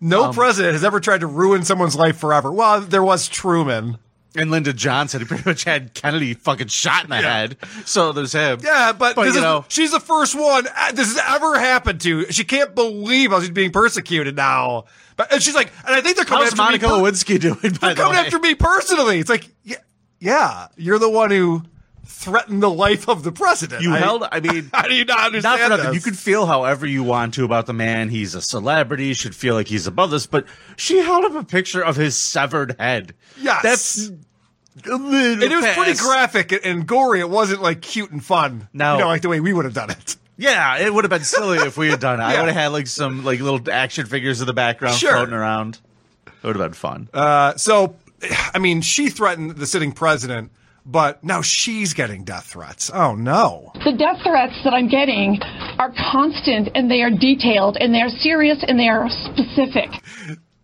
[SPEAKER 2] No
[SPEAKER 1] Um,
[SPEAKER 2] president has ever tried to ruin someone's life forever. Well, there was Truman.
[SPEAKER 1] And Lyndon Johnson, he pretty much had Kennedy fucking shot in the head. So there's him.
[SPEAKER 2] Yeah, but,
[SPEAKER 1] but
[SPEAKER 2] this
[SPEAKER 1] you
[SPEAKER 2] is,
[SPEAKER 1] know,
[SPEAKER 2] she's the first one uh, this has ever happened to. She can't believe how she's being persecuted now. But and she's like, and I think they're coming
[SPEAKER 1] how's
[SPEAKER 2] after
[SPEAKER 1] Monica
[SPEAKER 2] me. per-
[SPEAKER 1] Lewinsky doing? By
[SPEAKER 2] they're
[SPEAKER 1] the way,
[SPEAKER 2] coming after me personally. It's like, yeah, yeah, you're the one who threatened the life of the president.
[SPEAKER 1] you
[SPEAKER 2] I-
[SPEAKER 1] held. I mean,
[SPEAKER 2] How do you not understand
[SPEAKER 1] not for nothing.
[SPEAKER 2] this?
[SPEAKER 1] You could feel however you want to about the man. He's a celebrity. You should feel like he's above this. But she held up a picture of his severed head.
[SPEAKER 2] Yes.
[SPEAKER 1] that's a little.
[SPEAKER 2] and it was pretty
[SPEAKER 1] past-
[SPEAKER 2] graphic and, and gory. It wasn't like cute and fun.
[SPEAKER 1] No.
[SPEAKER 2] you know, like the way we would have done it.
[SPEAKER 1] Yeah, it would have been silly if we had done it. I
[SPEAKER 2] Yeah.
[SPEAKER 1] would have had like some like little action figures in the background
[SPEAKER 2] Sure. Uh,
[SPEAKER 1] floating around. It would have been fun.
[SPEAKER 2] So, I mean, she threatened the sitting president, but now she's getting death threats. Oh no.
[SPEAKER 11] The death threats that I'm getting are constant and they are detailed and they are serious and they are specific.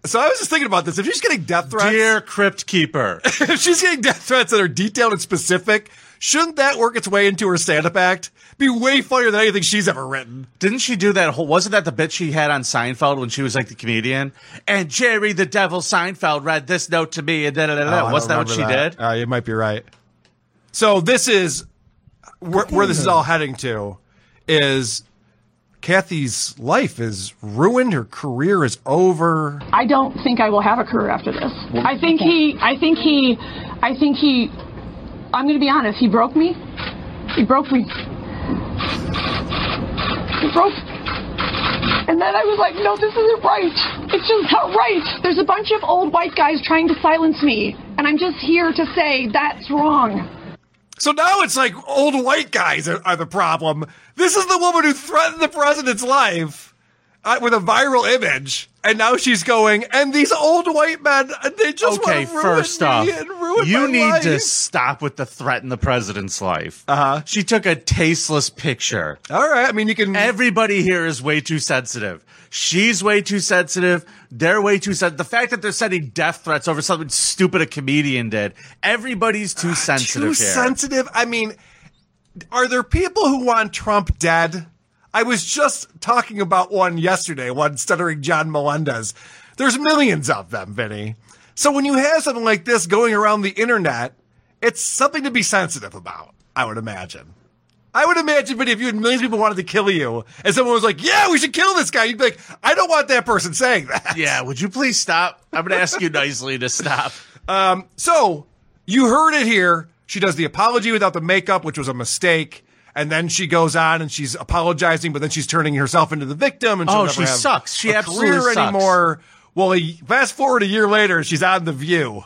[SPEAKER 2] So I was just thinking about this. If she's getting death threats,
[SPEAKER 1] dear crypt keeper,
[SPEAKER 2] if she's getting death threats that are detailed and specific, shouldn't that work its way into her stand-up act? Be way funnier than anything she's ever written.
[SPEAKER 1] Didn't she do that whole? Wasn't that the bit she had on Seinfeld when she was like the comedian? And Jerry the Devil Seinfeld read this note to me, and da da da.
[SPEAKER 2] Oh,
[SPEAKER 1] da.
[SPEAKER 2] I
[SPEAKER 1] Wasn't that
[SPEAKER 2] don't
[SPEAKER 1] what she
[SPEAKER 2] remember that.
[SPEAKER 1] did?
[SPEAKER 2] Uh, you might be right. So this is where, where this is all heading to is Kathy's life is ruined. Her career is over.
[SPEAKER 11] I don't think I will have a career after this. I think he, I think he, I think he, I'm going to be honest, he broke me. He broke me. He broke. And then I was like, no, this isn't right. It's just not right. There's a bunch of old white guys trying to silence me. And I'm just here to say that's wrong.
[SPEAKER 2] So now it's like old white guys are, are the problem. This is the woman who threatened the president's life uh, with a viral image, and now she's going. And these old white men, uh, they just
[SPEAKER 1] Okay,
[SPEAKER 2] want to ruin
[SPEAKER 1] first
[SPEAKER 2] me
[SPEAKER 1] off,
[SPEAKER 2] and ruin
[SPEAKER 1] you
[SPEAKER 2] my
[SPEAKER 1] need
[SPEAKER 2] life. Uh-huh.
[SPEAKER 1] to stop with the threaten the president's life. Uh huh. She took a tasteless picture.
[SPEAKER 2] All right, I mean you can.
[SPEAKER 1] Everybody here is way too sensitive. She's way too sensitive. They're way too sensitive. The fact that they're sending death threats over something stupid a comedian did. Everybody's too
[SPEAKER 2] Ah, too
[SPEAKER 1] sensitive here.
[SPEAKER 2] sensitive. I mean, are there people who want Trump dead? I was just talking about one yesterday, one stuttering John Melendez. There's millions of them, Vinny. So when you have something like this going around the internet, it's something to be sensitive about, I would imagine. I would imagine, Vinny, if you had millions of people wanted to kill you and someone was like, yeah, we should kill this guy, you'd be like, I don't want that person saying that.
[SPEAKER 1] yeah, would you please stop? I'm going to ask you nicely to stop.
[SPEAKER 2] Um, so you heard it here. She does the apology without the makeup, which was a mistake. And then she goes on and she's apologizing, but then she's turning herself into the victim. And she'll
[SPEAKER 1] Oh,
[SPEAKER 2] never
[SPEAKER 1] she
[SPEAKER 2] have
[SPEAKER 1] sucks. She
[SPEAKER 2] a
[SPEAKER 1] absolutely
[SPEAKER 2] career
[SPEAKER 1] sucks.
[SPEAKER 2] anymore. Well, a- fast forward a year later, she's on The View.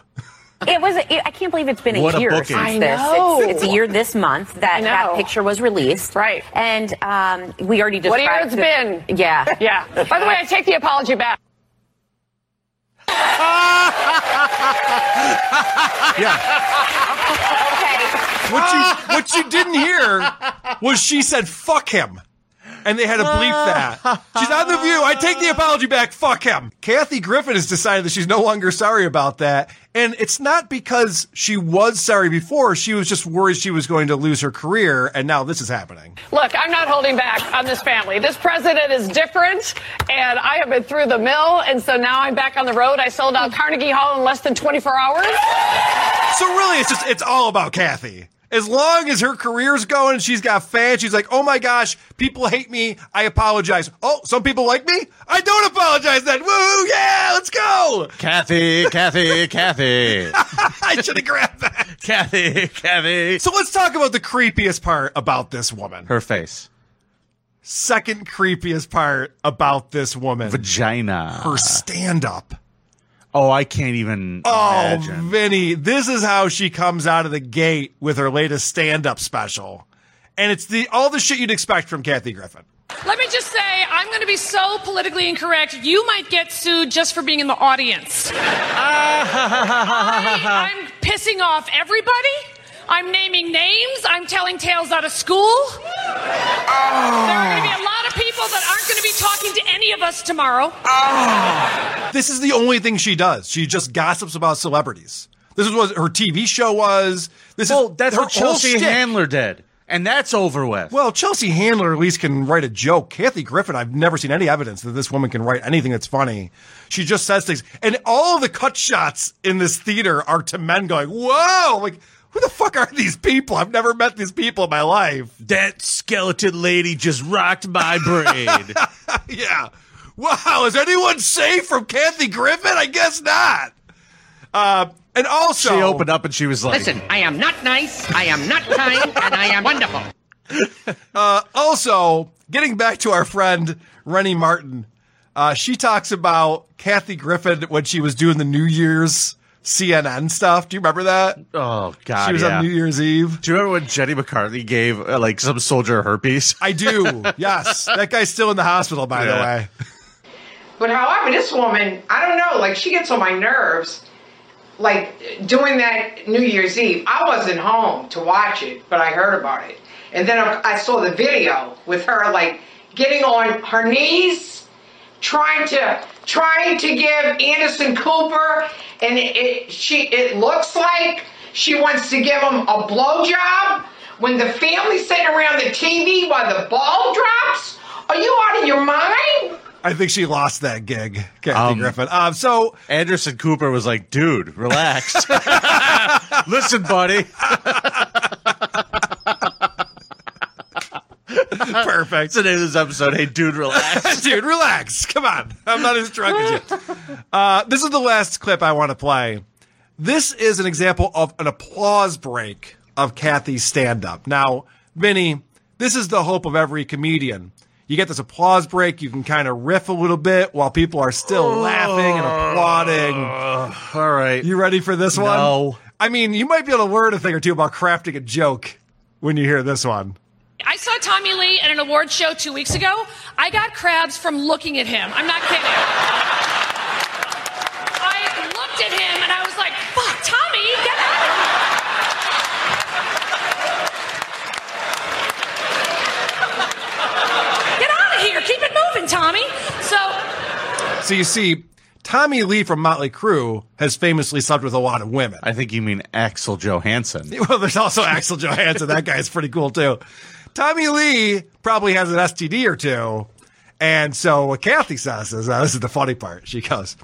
[SPEAKER 12] It was. It, I can't believe it's been
[SPEAKER 1] What a
[SPEAKER 12] a year
[SPEAKER 1] booking.
[SPEAKER 12] since
[SPEAKER 1] I
[SPEAKER 12] this.
[SPEAKER 11] know.
[SPEAKER 12] It's, it's a year this month that
[SPEAKER 11] I know.
[SPEAKER 12] that picture was released. Right. And um, we already described.
[SPEAKER 11] a year it's
[SPEAKER 12] the- Yeah.
[SPEAKER 11] Yeah. By the way, I take the apology back.
[SPEAKER 2] Yeah.
[SPEAKER 12] Okay.
[SPEAKER 2] What you, what you didn't hear was she said, fuck him. And they had to bleep that. She's on The View. I take the apology back. Fuck him. Kathy Griffin has decided that she's no longer sorry about that. And it's not because she was sorry before. She was just worried she was going to lose her career. And now this is happening.
[SPEAKER 13] Look, I'm not holding back on this family. This president is different, and I have been through the mill, and so now I'm back on the road. I sold out Carnegie Hall in less than 24 hours.
[SPEAKER 2] So really, it's just, it's all about Kathy. As long as her career's going and she's got fans, she's like, oh my gosh, people hate me. I apologize. Oh, some people like me? I don't apologize then. Woo, yeah, let's go.
[SPEAKER 1] Kathy, Kathy, Kathy.
[SPEAKER 2] I should have grabbed that.
[SPEAKER 1] Kathy, Kathy.
[SPEAKER 2] So let's talk about the creepiest part about this woman.
[SPEAKER 1] Her face.
[SPEAKER 2] Second creepiest part about this woman.
[SPEAKER 1] Vagina.
[SPEAKER 2] Her stand up.
[SPEAKER 1] Oh, I can't even
[SPEAKER 2] Oh,
[SPEAKER 1] imagine.
[SPEAKER 2] Vinny, this is how she comes out of the gate with her latest stand up special. And it's the all the shit you'd expect from Kathy Griffin.
[SPEAKER 13] Let me just say, I'm going to be so politically incorrect, you might get sued just for being in the audience. I, I'm pissing off everybody. I'm naming names. I'm telling tales out of school. There are going to be a lot of people that aren't going to be talking to any of us tomorrow.
[SPEAKER 2] This is the only thing she does. She just gossips about celebrities. This is what her TV show was. This
[SPEAKER 1] Well,
[SPEAKER 2] is
[SPEAKER 1] that's
[SPEAKER 2] her
[SPEAKER 1] what
[SPEAKER 2] whole
[SPEAKER 1] Chelsea
[SPEAKER 2] shtick.
[SPEAKER 1] Handler did. And that's over with.
[SPEAKER 2] Well, Chelsea Handler at least can write a joke. Kathy Griffin, I've never seen any evidence that this woman can write anything that's funny. She just says things. And all of the cut shots in this theater are to men going, whoa, like, who the fuck are these people? I've never met these people in my life.
[SPEAKER 1] that skeleton lady just rocked my brain.
[SPEAKER 2] yeah. Wow, is anyone safe from Kathy Griffin? I guess not. Uh, and also,
[SPEAKER 1] she opened up and she was like,
[SPEAKER 14] I am not nice, I am not kind, and I am wonderful.
[SPEAKER 2] Uh, also, getting back to our friend Rennie Martin, uh, she talks about Kathy Griffin when she was doing the New Year's CNN stuff. Do you remember that?
[SPEAKER 1] "Oh God,
[SPEAKER 2] she was
[SPEAKER 1] yeah.
[SPEAKER 2] on New Year's Eve.
[SPEAKER 1] Do you remember when Jenny McCarthy gave uh, like some soldier herpes?
[SPEAKER 2] I do. yes, that guy's still in the hospital, by the
[SPEAKER 1] Yeah.
[SPEAKER 2] way.
[SPEAKER 15] But however, this woman, I don't know, like she gets on my nerves. like doing that New Year's Eve, I wasn't home to watch it, but I heard about it. And then I saw the video with her like getting on her knees, trying to trying to give Anderson Cooper, and it, it she it looks like she wants to give him a blowjob when the family's sitting around the TV while the ball drops. Are you out of your mind?
[SPEAKER 2] I think she lost that gig, Kathy Griffin. Um, so
[SPEAKER 1] Anderson Cooper was like, "Dude, relax. Listen, buddy."
[SPEAKER 2] Perfect.
[SPEAKER 1] It's the name of this episode. Hey, dude, relax.
[SPEAKER 2] dude, relax. Come on. I'm not as drunk as you. Uh, this is the last clip I want to play. This is an example of an applause break of Kathy's stand up. Now, Vinny, this is the hope of every comedian. You get this applause break, you can kind of riff a little bit while people are still
[SPEAKER 1] Oh.
[SPEAKER 2] laughing and applauding.
[SPEAKER 1] All right.
[SPEAKER 2] You ready for this one?
[SPEAKER 1] No.
[SPEAKER 2] I mean, you might be able to learn a thing or two about crafting a joke when you hear this one.
[SPEAKER 13] I saw Tommy Lee at an award show two weeks ago. I got crabs from looking at him. I'm not kidding. I looked at him and I was like, fuck, Tommy, get out of here. Get out of here. Keep it moving, Tommy. So,
[SPEAKER 2] So you see, Tommy Lee from Motley Crue has famously slept with a lot of women.
[SPEAKER 1] I think you mean Axel Johansson.
[SPEAKER 2] Well, there's also Axel Johansson. That guy's pretty cool too. Tommy Lee probably has an STD or two. And so what Kathy says is, uh, this is the funny part. She goes,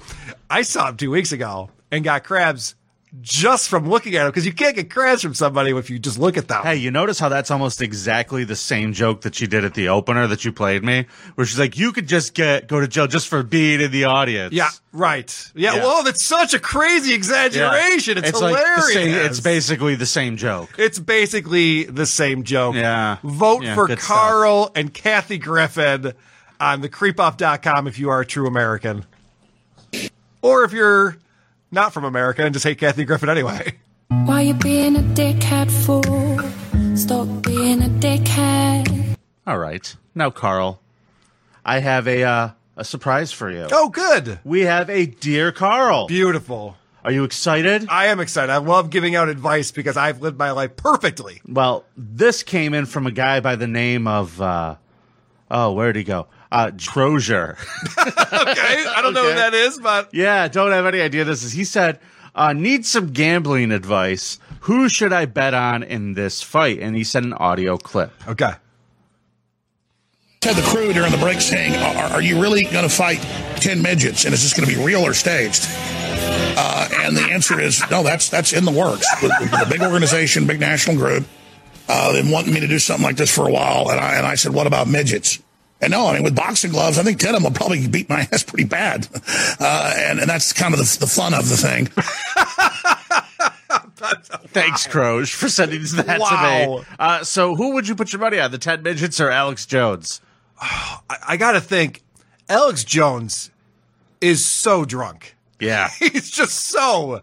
[SPEAKER 2] I saw him two weeks ago and got crabs just from looking at him because you can't get crabs from somebody if you just look at them.
[SPEAKER 1] Hey, you notice how that's almost exactly the same joke that she did at the opener that you played me, where she's like, "You could just get go to jail just for being in the audience."
[SPEAKER 2] Yeah, right. Yeah,
[SPEAKER 1] Yeah.
[SPEAKER 2] well, that's such a crazy exaggeration. It's,
[SPEAKER 1] like the
[SPEAKER 2] hilarious.
[SPEAKER 1] same- it's basically the same joke.
[SPEAKER 2] It's basically the same joke.
[SPEAKER 1] Yeah.
[SPEAKER 2] Vote
[SPEAKER 1] Yeah,
[SPEAKER 2] for
[SPEAKER 1] good stuff.
[SPEAKER 2] Carl and Kathy Griffin on thecreepoff.com if you are a true American. Or if you're not from America and just hate Kathy Griffin anyway.
[SPEAKER 16] Why you being a dickhead fool? Stop being a dickhead.
[SPEAKER 1] All right. Now, Carl, I have a uh, a surprise for you.
[SPEAKER 2] Oh, good.
[SPEAKER 1] We have a dear Carl.
[SPEAKER 2] Beautiful.
[SPEAKER 1] Are you excited?
[SPEAKER 2] I am excited. I love giving out advice because I've lived my life perfectly.
[SPEAKER 1] Well, this came in from a guy by the name of uh, oh, where'd he go? Uh, Trozier.
[SPEAKER 2] Okay. I don't know who that is, but
[SPEAKER 1] yeah, don't have any idea this is. He said, uh, need some gambling advice. Who should I bet on in this fight? And he sent an audio clip.
[SPEAKER 2] Okay.
[SPEAKER 5] To the crew during the break saying, are, are you really going to fight 10 midgets and is this going to be real or staged? Uh, and the answer is no, that's that's in the works. With, with a big organization, big national group, uh, they wanted me to do something like this for a while. And I, and I said, what about midgets? And no, I mean, with boxing gloves, I think 10 of them will probably beat my ass pretty bad. Uh, and, and that's kind of the, the fun of the thing.
[SPEAKER 1] Thanks, Croge, for sending that to
[SPEAKER 2] Wow.
[SPEAKER 1] me. Uh, so, who would you put your money on, the 10 Midgets or Alex Jones?
[SPEAKER 2] I, I got to think Alex Jones is so drunk.
[SPEAKER 1] Yeah.
[SPEAKER 2] He's just so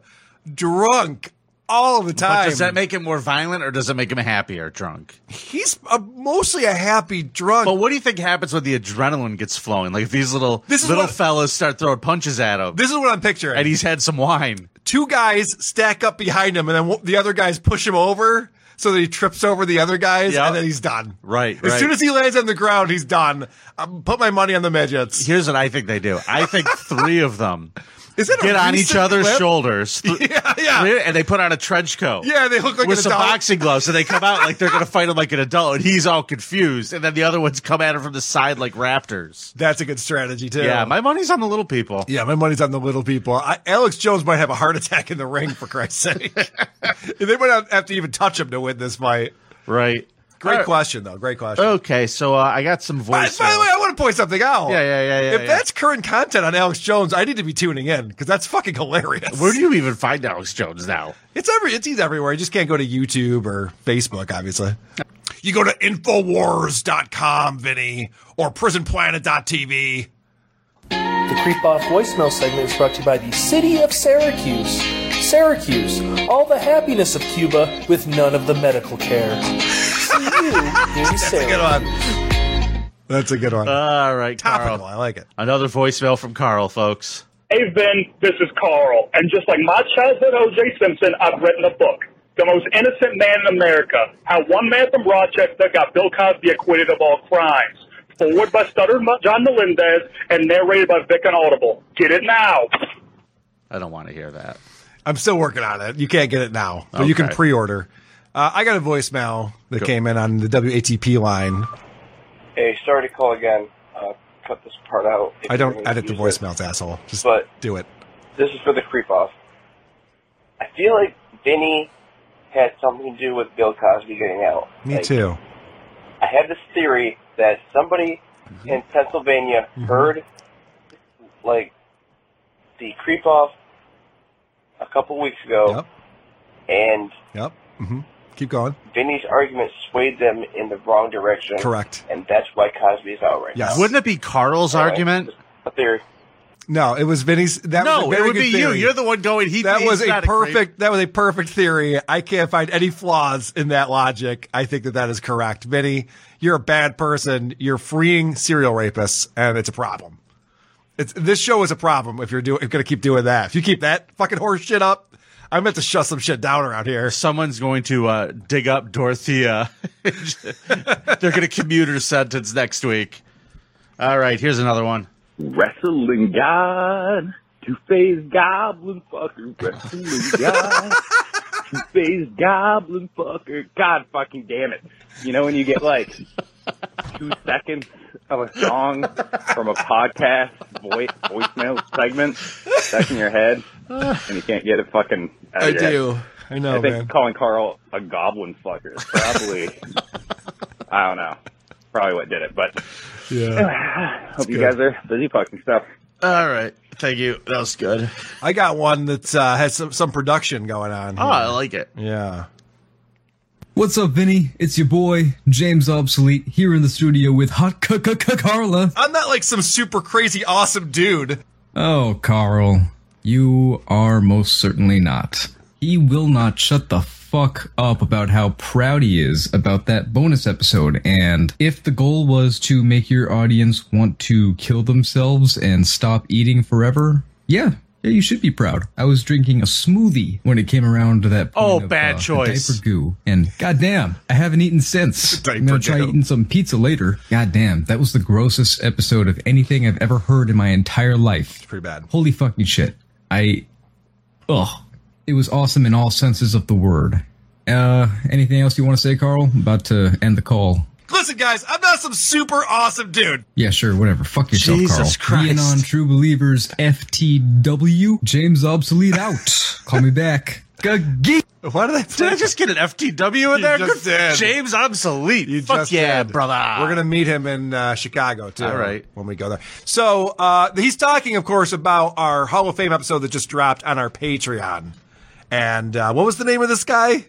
[SPEAKER 2] drunk all the
[SPEAKER 1] But
[SPEAKER 2] time.
[SPEAKER 1] does that make him more violent or does it make him happier drunk?
[SPEAKER 2] He's a, mostly a happy drunk.
[SPEAKER 1] But what do you think happens when the adrenaline gets flowing? Like if these little
[SPEAKER 2] This is
[SPEAKER 1] little
[SPEAKER 2] what-
[SPEAKER 1] fellas start throwing punches at him
[SPEAKER 2] This is what I'm picturing.
[SPEAKER 1] and he's had some wine.
[SPEAKER 2] Two guys stack up behind him, and then one- the other guys push him over so that he trips over the other guys,
[SPEAKER 1] Yeah.
[SPEAKER 2] and then he's done.
[SPEAKER 1] Right.
[SPEAKER 2] As soon as he lands on the ground, he's done. i put my money on the midgets.
[SPEAKER 1] Here's what I think they do. I think three of them
[SPEAKER 2] Is that a
[SPEAKER 1] get on each
[SPEAKER 2] recent
[SPEAKER 1] other's
[SPEAKER 2] clip?
[SPEAKER 1] shoulders. th-
[SPEAKER 2] Yeah, yeah.
[SPEAKER 1] three- and they put on a trench coat.
[SPEAKER 2] Yeah, they look like
[SPEAKER 1] with
[SPEAKER 2] an
[SPEAKER 1] some
[SPEAKER 2] adult.
[SPEAKER 1] boxing gloves, and they come out like they're going to fight him like an adult, and he's all confused. And then the other ones come at him from the side like raptors.
[SPEAKER 2] That's a good strategy too.
[SPEAKER 1] Yeah, my money's on the little people.
[SPEAKER 2] Yeah, my money's on the little people. I, Alex Jones might have a heart attack in the ring for Christ's sake. they might not have to even touch him to win this fight.
[SPEAKER 1] Right.
[SPEAKER 2] Great
[SPEAKER 1] All right.
[SPEAKER 2] question though. Great question.
[SPEAKER 1] Okay, so uh, I got some
[SPEAKER 2] By,
[SPEAKER 1] voice.
[SPEAKER 2] by the way, I want to point something out.
[SPEAKER 1] Yeah, yeah, yeah, yeah,
[SPEAKER 2] If
[SPEAKER 1] yeah.
[SPEAKER 2] that's current content on Alex Jones, I need to be tuning in because that's fucking hilarious.
[SPEAKER 1] Where do you even find Alex Jones now?
[SPEAKER 2] It's every. It's he's everywhere. You just can't go to YouTube or Facebook, obviously. You go to Infowars.com, Vinny, or PrisonPlanet.tv.
[SPEAKER 17] The Creep Off voicemail segment is brought to you by the City of Syracuse. Syracuse, all the happiness of Cuba with none of the medical care. See you in
[SPEAKER 2] That's a good
[SPEAKER 17] Syracuse.
[SPEAKER 2] one. That's a good one.
[SPEAKER 1] All right,
[SPEAKER 2] Topical.
[SPEAKER 1] Uh, Carl.
[SPEAKER 2] I like it.
[SPEAKER 1] Another voicemail from Carl, folks.
[SPEAKER 18] Hey, Vin, this is Carl. And just like my childhood O.J. Simpson, I've written a book, The Most Innocent Man in America How One Man from Rochester Got Bill Cosby Acquitted of All Crimes. Forward by Stutter Mu- John Melendez and narrated by Vic and Audible. Get it now.
[SPEAKER 1] I don't want to hear that.
[SPEAKER 2] I'm still working on it. You can't get it now, but you can
[SPEAKER 1] Okay.
[SPEAKER 2] pre-order. Uh, I got a voicemail that
[SPEAKER 1] Go.
[SPEAKER 2] came in on the WATP line.
[SPEAKER 19] Hey, sorry to call again. Uh, cut this part out.
[SPEAKER 2] I don't edit the voicemails, asshole. Just
[SPEAKER 19] But-
[SPEAKER 2] do it.
[SPEAKER 19] This is for the creep off. I feel like Vinny had something to do with Bill Cosby getting out.
[SPEAKER 2] Me
[SPEAKER 19] Like,
[SPEAKER 2] too.
[SPEAKER 19] I had this theory that somebody in Pennsylvania
[SPEAKER 2] Mhm.
[SPEAKER 19] heard like the creep off a couple weeks
[SPEAKER 20] Oh.
[SPEAKER 19] ago, and
[SPEAKER 2] Yep. hmm Keep going.
[SPEAKER 19] Vinny's argument swayed them in the wrong direction.
[SPEAKER 2] Correct.
[SPEAKER 19] And that's why Cosby's out right now.
[SPEAKER 2] Yes. Oh.
[SPEAKER 1] Wouldn't it be Carl's argument?
[SPEAKER 19] A theory.
[SPEAKER 2] No, it was Vinny's. That
[SPEAKER 1] no,
[SPEAKER 2] was a
[SPEAKER 1] it
[SPEAKER 2] very
[SPEAKER 1] would
[SPEAKER 2] good
[SPEAKER 1] be
[SPEAKER 2] theory.
[SPEAKER 1] you. You're the one going. He
[SPEAKER 2] that
[SPEAKER 1] he's
[SPEAKER 2] was a
[SPEAKER 1] not creep.
[SPEAKER 2] perfect. that was a perfect theory. I can't find any flaws in that logic. I think that that is correct, Vinny. You're a bad person. You're freeing serial rapists, and it's a problem. It's this show is a problem if you're doing. If you're gonna keep doing that, if you keep that fucking horse shit up, I'm gonna have to shut some shit down around here.
[SPEAKER 1] Someone's going to uh, dig up Dorothea. They're going to commute her sentence next week. All right, here's another one.
[SPEAKER 20] Wrestling God, Two Face Goblin fucker, Wrestling God, Two Face Goblin fucker. God fucking damn it! You know when you get like two seconds of a song from a podcast voice voicemail segment stuck in your head, and you can't get it fucking. Out
[SPEAKER 2] I
[SPEAKER 20] of your
[SPEAKER 2] do.
[SPEAKER 20] Head.
[SPEAKER 2] I know,
[SPEAKER 20] I think
[SPEAKER 2] man.
[SPEAKER 20] calling Carl a goblin fucker is probably. I don't know. Probably what did it, but
[SPEAKER 2] Yeah.
[SPEAKER 20] hope you guys are busy fucking stuff.
[SPEAKER 1] All right, thank you. That was good.
[SPEAKER 2] I got one that uh, has some some production going on.
[SPEAKER 1] Oh, I like it.
[SPEAKER 2] Yeah.
[SPEAKER 21] What's up, Vinny? It's your boy, James Obsolete, here in the studio with Hot c- c- c- Carla.
[SPEAKER 2] I'm not like some super crazy awesome dude.
[SPEAKER 21] Oh, Carl, you are most certainly not. He will not shut the fuck up about how proud he is about that bonus episode. And if the goal was to make your audience want to kill themselves and stop eating forever, yeah. Yeah, you should be proud. I was drinking a smoothie when it came around to that.
[SPEAKER 1] Oh,
[SPEAKER 21] of,
[SPEAKER 1] bad
[SPEAKER 21] uh,
[SPEAKER 1] choice.
[SPEAKER 21] Diaper goo, and goddamn, I haven't eaten since. I'm gonna try eating some pizza later. Goddamn, that was the grossest episode of anything I've ever heard in my entire life. It's
[SPEAKER 2] pretty bad.
[SPEAKER 21] Holy fucking shit! I, ugh, it was awesome in all senses of the word. Uh, anything else you want to say, Carl? I'm about to end the call.
[SPEAKER 2] Listen, guys, I'm not some super awesome dude.
[SPEAKER 21] Yeah, sure, whatever. Fuck yourself,
[SPEAKER 2] Jesus
[SPEAKER 21] Carl.
[SPEAKER 2] Christ.
[SPEAKER 21] Being on True Believers FTW. James Obsolete out. Call me back. G-
[SPEAKER 2] Why did I?
[SPEAKER 1] Did I just get an FTW in there?
[SPEAKER 2] just
[SPEAKER 1] Good-
[SPEAKER 2] did.
[SPEAKER 1] James obsolete. You Fuck
[SPEAKER 2] Just
[SPEAKER 1] yeah,
[SPEAKER 2] did.
[SPEAKER 1] brother.
[SPEAKER 2] We're gonna meet him in uh, Chicago too.
[SPEAKER 1] All right.
[SPEAKER 2] when we go there. So uh, he's talking, of course, about our Hall of Fame episode that just dropped on our Patreon. And uh, what was the name of this guy?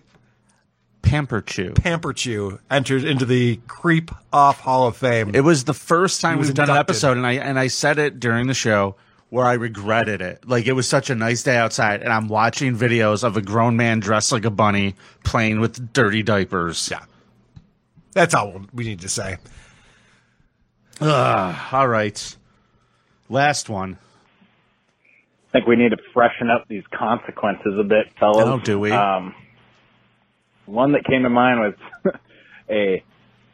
[SPEAKER 1] Pamper Chew.
[SPEAKER 2] Pamper Chew entered into the Creep Off Hall of Fame.
[SPEAKER 1] It was the first
[SPEAKER 2] He
[SPEAKER 1] time
[SPEAKER 2] was
[SPEAKER 1] we've done an
[SPEAKER 2] inducted.
[SPEAKER 1] episode, and I and I said it during the show where I regretted it. Like it was such a nice day outside, and I'm watching videos of a grown man dressed like a bunny playing with dirty diapers. Yeah.
[SPEAKER 2] That's all we need to say.
[SPEAKER 1] all right. Last one.
[SPEAKER 20] I think we need to freshen up these consequences a bit, fellas.
[SPEAKER 1] Oh, do we?
[SPEAKER 20] Um, one that came to mind was a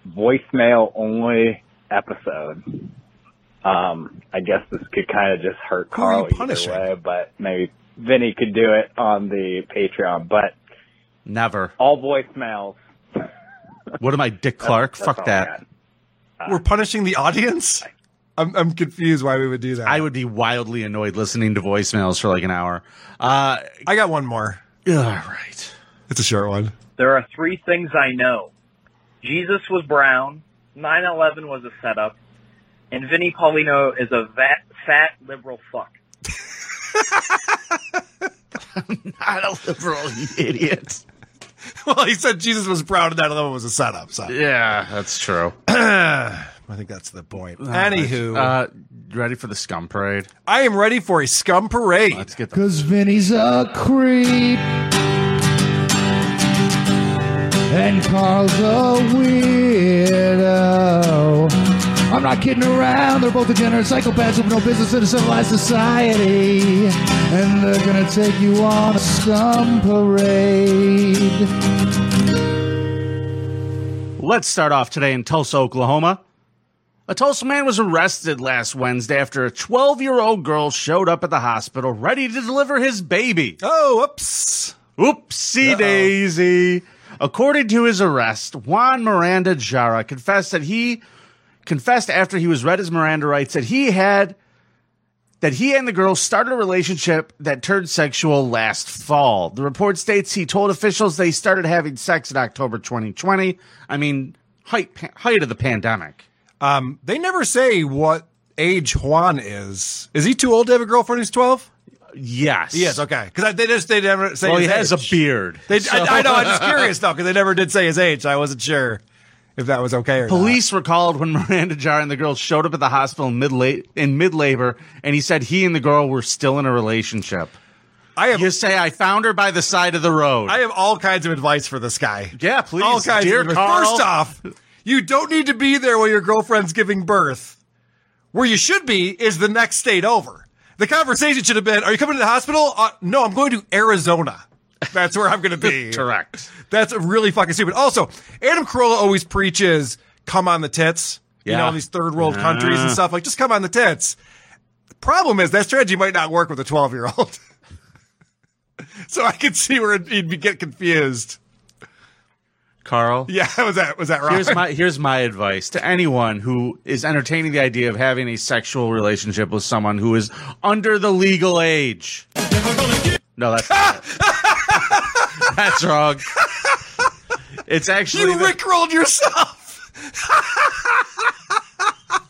[SPEAKER 20] voicemail only episode. Um, I guess this could kind of just hurt
[SPEAKER 2] Who are you
[SPEAKER 20] Carl either
[SPEAKER 2] punishing?
[SPEAKER 20] way, but maybe Vinny could do it on the Patreon. But
[SPEAKER 1] never
[SPEAKER 20] all voicemails.
[SPEAKER 1] What am I, Dick Clark?
[SPEAKER 20] That's-
[SPEAKER 1] Fuck
[SPEAKER 20] that's all I
[SPEAKER 1] that.
[SPEAKER 20] got.
[SPEAKER 2] We're punishing the audience. I'm, I'm confused why we would do that.
[SPEAKER 1] I would be wildly annoyed listening to voicemails for like an hour. Uh,
[SPEAKER 2] I got one more.
[SPEAKER 1] All right.
[SPEAKER 2] It's a short one.
[SPEAKER 22] There are three things I know. Jesus was brown, 9-11 was a setup, and Vinnie Paulino is a vat, fat liberal fuck.
[SPEAKER 1] Not a liberal, you idiot.
[SPEAKER 2] well, he said Jesus was proud, and that alone was a setup. So
[SPEAKER 1] Yeah, that's true.
[SPEAKER 2] I think that's the point. Anywho,
[SPEAKER 1] uh, ready for the scum parade?
[SPEAKER 2] I am ready for a scum parade.
[SPEAKER 1] Let's get
[SPEAKER 23] Cause Vinny's a creep. And Carl's a weirdo. I'm not kidding around. They're both degenerate psychopaths with no business in a civilized society. And they're gonna take you on a scum parade.
[SPEAKER 1] Let's start off today in Tulsa, Oklahoma. A Tulsa man was arrested last Wednesday after a 12 year old girl showed up at the hospital ready to deliver his baby.
[SPEAKER 2] Oh, oops.
[SPEAKER 1] Oopsie daisy. According to his arrest, Juan Miranda Jara confessed that he confessed after he was read his Miranda rights that he had that he and the girl started a relationship that turned sexual last fall. The report states he told officials they started having sex in October 2020. I mean, height height of the pandemic.
[SPEAKER 2] Um, they never say what age Juan is. Is he too old to have a girlfriend who's 12?
[SPEAKER 1] Yes.
[SPEAKER 2] Yes, okay. Because they just, they never say
[SPEAKER 1] well, he
[SPEAKER 2] his
[SPEAKER 1] has
[SPEAKER 2] age.
[SPEAKER 1] a beard.
[SPEAKER 2] They,
[SPEAKER 1] so-
[SPEAKER 2] I, I know, I'm just curious, though, because they never did say his age. I wasn't sure if that was okay or not.
[SPEAKER 1] Police were called when Miranda Jar and the girl showed up at the hospital in mid late in mid labor, and he said he and the girl were still in a relationship.
[SPEAKER 2] I have,
[SPEAKER 1] you say I found her by the side of the road.
[SPEAKER 2] I have all kinds of advice for this guy.
[SPEAKER 1] Yeah, please,
[SPEAKER 2] All kinds
[SPEAKER 1] dear
[SPEAKER 2] of advice.
[SPEAKER 1] Carl.
[SPEAKER 2] First off, you don't need to be there while your girlfriend's giving birth. Where you should be is the next state over. The conversation should have been, "Are you coming to the hospital?" Uh, no, I'm going to Arizona. That's where I'm going to be.
[SPEAKER 1] Correct.
[SPEAKER 2] That's really fucking stupid. Also, Adam Carolla always preaches, "Come on the tits." You know,
[SPEAKER 1] Yeah.
[SPEAKER 2] all these third world countries and
[SPEAKER 1] Yeah.
[SPEAKER 2] stuff like, just come on the tits. Problem is that strategy might not work with a 12 year old. so I could see where he'd be get confused.
[SPEAKER 1] Carl.
[SPEAKER 2] Yeah, was that was that right?
[SPEAKER 1] Here's my here's my advice to anyone who is entertaining the idea of having a sexual relationship with someone who is under the legal age. No, that's not it. that's wrong. It's actually
[SPEAKER 2] you
[SPEAKER 1] the-
[SPEAKER 2] rickrolled yourself.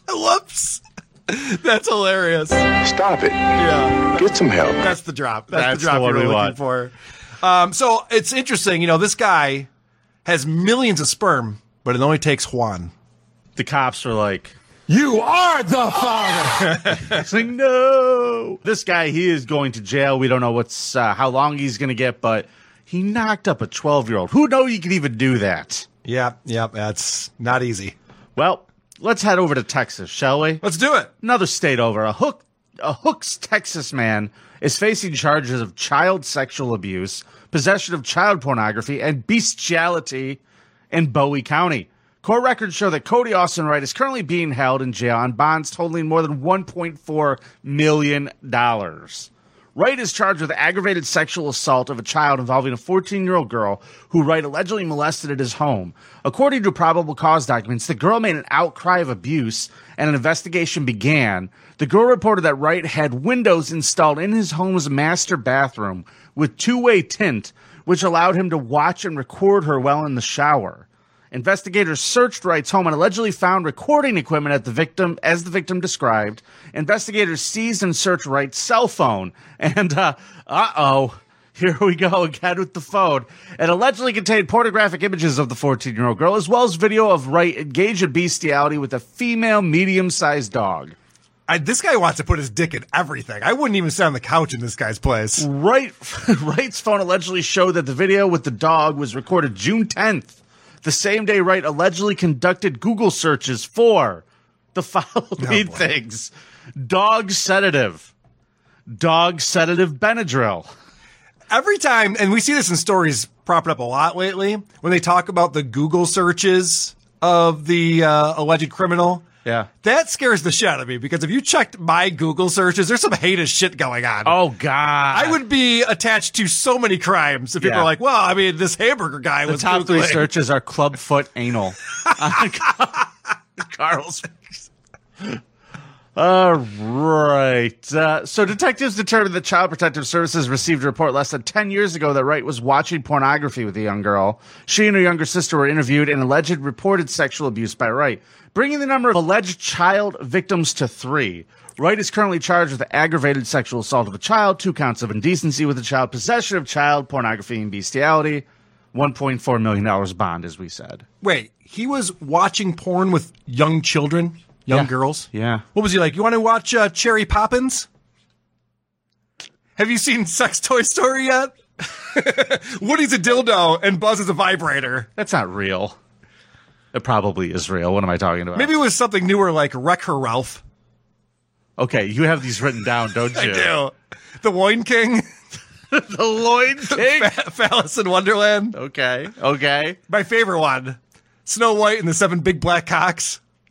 [SPEAKER 2] Whoops. That's hilarious.
[SPEAKER 3] Stop it.
[SPEAKER 2] Yeah.
[SPEAKER 3] Get some help.
[SPEAKER 2] That's the drop. That's,
[SPEAKER 1] That's
[SPEAKER 2] the drop
[SPEAKER 1] the one
[SPEAKER 2] you were
[SPEAKER 1] we
[SPEAKER 2] looking
[SPEAKER 1] want.
[SPEAKER 2] for. Um, so it's interesting, you know, this guy has millions of sperm, but it only takes Juan.
[SPEAKER 1] the cops are like,
[SPEAKER 23] You are the father.
[SPEAKER 1] It's like, no. This guy, he is going to jail. We don't know what's uh, how long he's going to get, but he knocked up a 12 year old. Who know you could even do that?
[SPEAKER 2] Yep, yep, that's not easy.
[SPEAKER 1] Well, let's head over to Texas, shall we?
[SPEAKER 2] Let's do it.
[SPEAKER 1] Another state over. A hook, a Hooks, Texas man is facing charges of child sexual abuse, possession of child pornography, and bestiality in Bowie County. Court records show that Cody Austin Wright is currently being held in jail on bonds totaling more than $1.4 million. Wright is charged with aggravated sexual assault of a child involving a 14 year old girl who Wright allegedly molested at his home. According to probable cause documents, the girl made an outcry of abuse and an investigation began. The girl reported that Wright had windows installed in his home's master bathroom with two way tint, which allowed him to watch and record her while in the shower. Investigators searched Wright's home and allegedly found recording equipment at the victim, as the victim described. Investigators seized and searched Wright's cell phone, and uh oh, here we go again with the phone. It allegedly contained pornographic images of the 14 year old girl, as well as video of Wright engaged in bestiality with a female medium sized dog.
[SPEAKER 2] I, this guy wants to put his dick in everything. I wouldn't even sit on the couch in this guy's place.
[SPEAKER 1] Wright, Wright's phone allegedly showed that the video with the dog was recorded June 10th, the same day Wright allegedly conducted Google searches for the following things dog sedative, dog sedative Benadryl.
[SPEAKER 2] Every time, and we see this in stories propping up a lot lately, when they talk about the Google searches of the uh, alleged criminal,
[SPEAKER 1] Yeah.
[SPEAKER 2] that scares the shit out of me because if you checked my Google searches, there's some heinous shit going on.
[SPEAKER 1] Oh, God.
[SPEAKER 2] I would be attached to so many crimes if people
[SPEAKER 1] Yeah.
[SPEAKER 2] are like, well, I mean, this hamburger guy
[SPEAKER 1] The
[SPEAKER 2] was
[SPEAKER 1] top three
[SPEAKER 2] Googling."
[SPEAKER 1] searches are clubfoot anal. Carl's. All right. Uh, so detectives determined that Child Protective Services received a report less than 10 years ago that Wright was watching pornography with a young girl. She and her younger sister were interviewed and alleged reported sexual abuse by Wright, bringing the number of alleged child victims to three. Wright is currently charged with aggravated sexual assault of a child, two counts of indecency with a child, possession of child pornography and bestiality, $1.4 million bond, as we said.
[SPEAKER 2] Wait, he was watching porn with young children, young girls?
[SPEAKER 1] Yeah.
[SPEAKER 2] What was he like? You want to watch uh, Cherry Poppins? Have you seen Sex Toy Story yet? Woody's a dildo and Buzz is a vibrator.
[SPEAKER 1] That's not real. It probably is real. What am I talking about?
[SPEAKER 2] Maybe it was something newer like Wreck Her Ralph.
[SPEAKER 1] Okay, you have these written down, don't you?
[SPEAKER 2] I do. The Loin King.
[SPEAKER 1] the Loin King?
[SPEAKER 2] Phallus in Wonderland.
[SPEAKER 1] Okay, okay.
[SPEAKER 2] My favorite one Snow White and the Seven Big Black Cocks.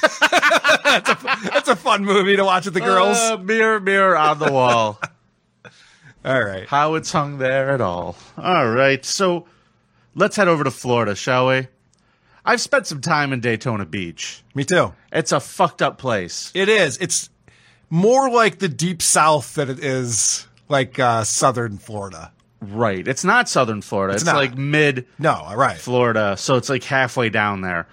[SPEAKER 2] that's, a, that's a fun movie to watch with the girls.
[SPEAKER 1] Uh, mirror, mirror on the wall.
[SPEAKER 2] all right.
[SPEAKER 1] How it's hung there at all. All right. So let's head over to Florida, shall we? I've spent some time in Daytona Beach.
[SPEAKER 2] Me too.
[SPEAKER 1] It's a fucked up place.
[SPEAKER 2] It is. It's more like the deep south than it is like uh, southern Florida.
[SPEAKER 1] Right. It's not southern Florida.
[SPEAKER 2] It's
[SPEAKER 1] It's,
[SPEAKER 2] not.
[SPEAKER 1] like mid
[SPEAKER 2] No, right.
[SPEAKER 1] Florida. So it's like halfway down there.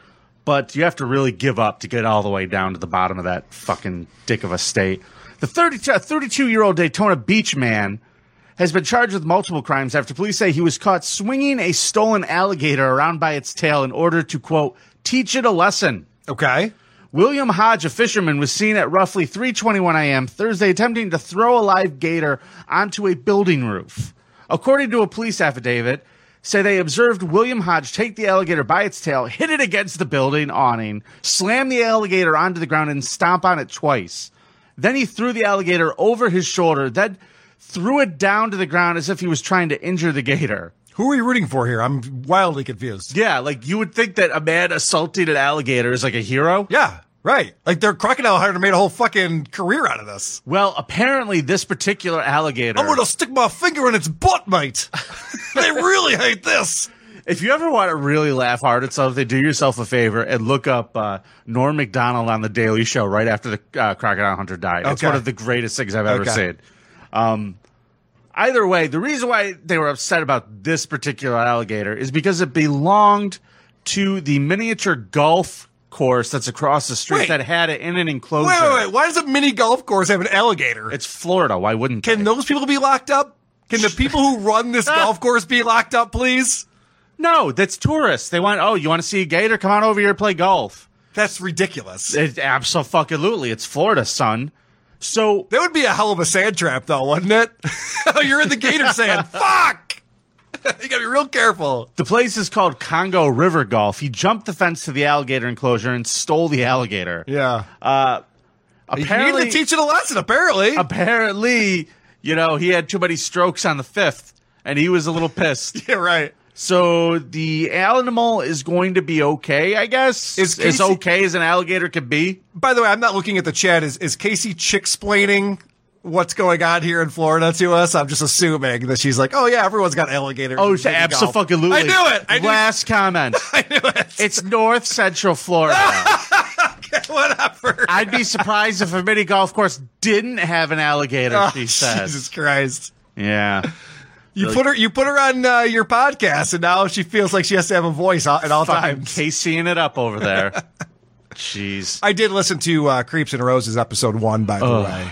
[SPEAKER 1] But you have to really give up to get all the way down to the bottom of that fucking dick of a state. The 32 year old Daytona Beach man has been charged with multiple crimes after police say he was caught swinging a stolen alligator around by its tail in order to, quote, teach it a lesson.
[SPEAKER 2] Okay.
[SPEAKER 1] William Hodge, a fisherman, was seen at roughly 3:21 a.m. Thursday attempting to throw a live gator onto a building roof. According to a police affidavit, say they observed William Hodge take the alligator by its tail, hit it against the building awning, slam the alligator onto the ground and stomp on it twice. Then he threw the alligator over his shoulder, then threw it down to the ground as if he was trying to injure the gator.
[SPEAKER 2] Who are you rooting for here? I'm wildly confused.
[SPEAKER 1] Yeah, like you would think that a man assaulting an alligator is like a hero.
[SPEAKER 2] Yeah, right. Like their crocodile hunter made a whole fucking career out of this.
[SPEAKER 1] Well, apparently this particular alligator.
[SPEAKER 2] I'm gonna stick my finger in its butt, mate. they really hate this.
[SPEAKER 1] If you ever want to really laugh hard at something, do yourself a favor and look up uh, Norm McDonald on The Daily Show right after the uh, Crocodile Hunter died. It's
[SPEAKER 2] Okay.
[SPEAKER 1] one of the greatest things I've ever
[SPEAKER 2] Okay.
[SPEAKER 1] seen. Um, either way, the reason why they were upset about this particular alligator is because it belonged to the miniature golf course that's across the street
[SPEAKER 2] Wait.
[SPEAKER 1] that had it in an
[SPEAKER 2] Wait,
[SPEAKER 1] enclosure.
[SPEAKER 2] wait, wait. Why does a mini golf course have an alligator?
[SPEAKER 1] It's Florida. Why wouldn't
[SPEAKER 2] Can those people be locked up? Can the people who run this golf course be locked up, please?
[SPEAKER 1] No, that's tourists. They want, oh, you want to see a gator? Come on over here and play golf.
[SPEAKER 2] That's ridiculous.
[SPEAKER 1] It, absolutely. It's Florida, son. So
[SPEAKER 2] That would be a hell of a sand trap, though, wouldn't it? oh, you're in the gator sand. Fuck! you gotta be real careful.
[SPEAKER 1] the place is called Congo River Golf. He jumped the fence to the alligator enclosure and stole the alligator.
[SPEAKER 2] Yeah.
[SPEAKER 1] Uh,
[SPEAKER 2] you
[SPEAKER 1] apparently,
[SPEAKER 2] need to teach it a lesson, apparently.
[SPEAKER 1] apparently, you know, he had too many strokes on the fifth, and he was a little pissed.
[SPEAKER 2] yeah, right.
[SPEAKER 1] So the animal is going to be okay, I guess.
[SPEAKER 2] Is
[SPEAKER 1] as
[SPEAKER 2] Casey-
[SPEAKER 1] okay as an alligator could be.
[SPEAKER 2] By the way, I'm not looking at the chat. Is is Casey explaining what's going on here in Florida to us? I'm just assuming that she's like, oh yeah, everyone's got alligators.
[SPEAKER 1] Oh,
[SPEAKER 2] and mini golf."
[SPEAKER 1] absolutely!
[SPEAKER 2] I knew it. I knew
[SPEAKER 1] Last comment. I knew it. It's North Central Florida.
[SPEAKER 2] whatever.
[SPEAKER 1] I'd be surprised if a mini golf course didn't have an alligator.
[SPEAKER 2] Oh,
[SPEAKER 1] she says.
[SPEAKER 2] Jesus Christ.
[SPEAKER 1] Yeah.
[SPEAKER 2] You
[SPEAKER 1] Really?
[SPEAKER 2] put her, you put her on uh, your podcast, and now she feels like she has to have a voice all- at all
[SPEAKER 1] Fucking
[SPEAKER 2] times.
[SPEAKER 1] Caseying it up over there. Jeez.
[SPEAKER 2] I did listen to uh, Creeps and Roses episode one, by the
[SPEAKER 1] Ugh.
[SPEAKER 2] way.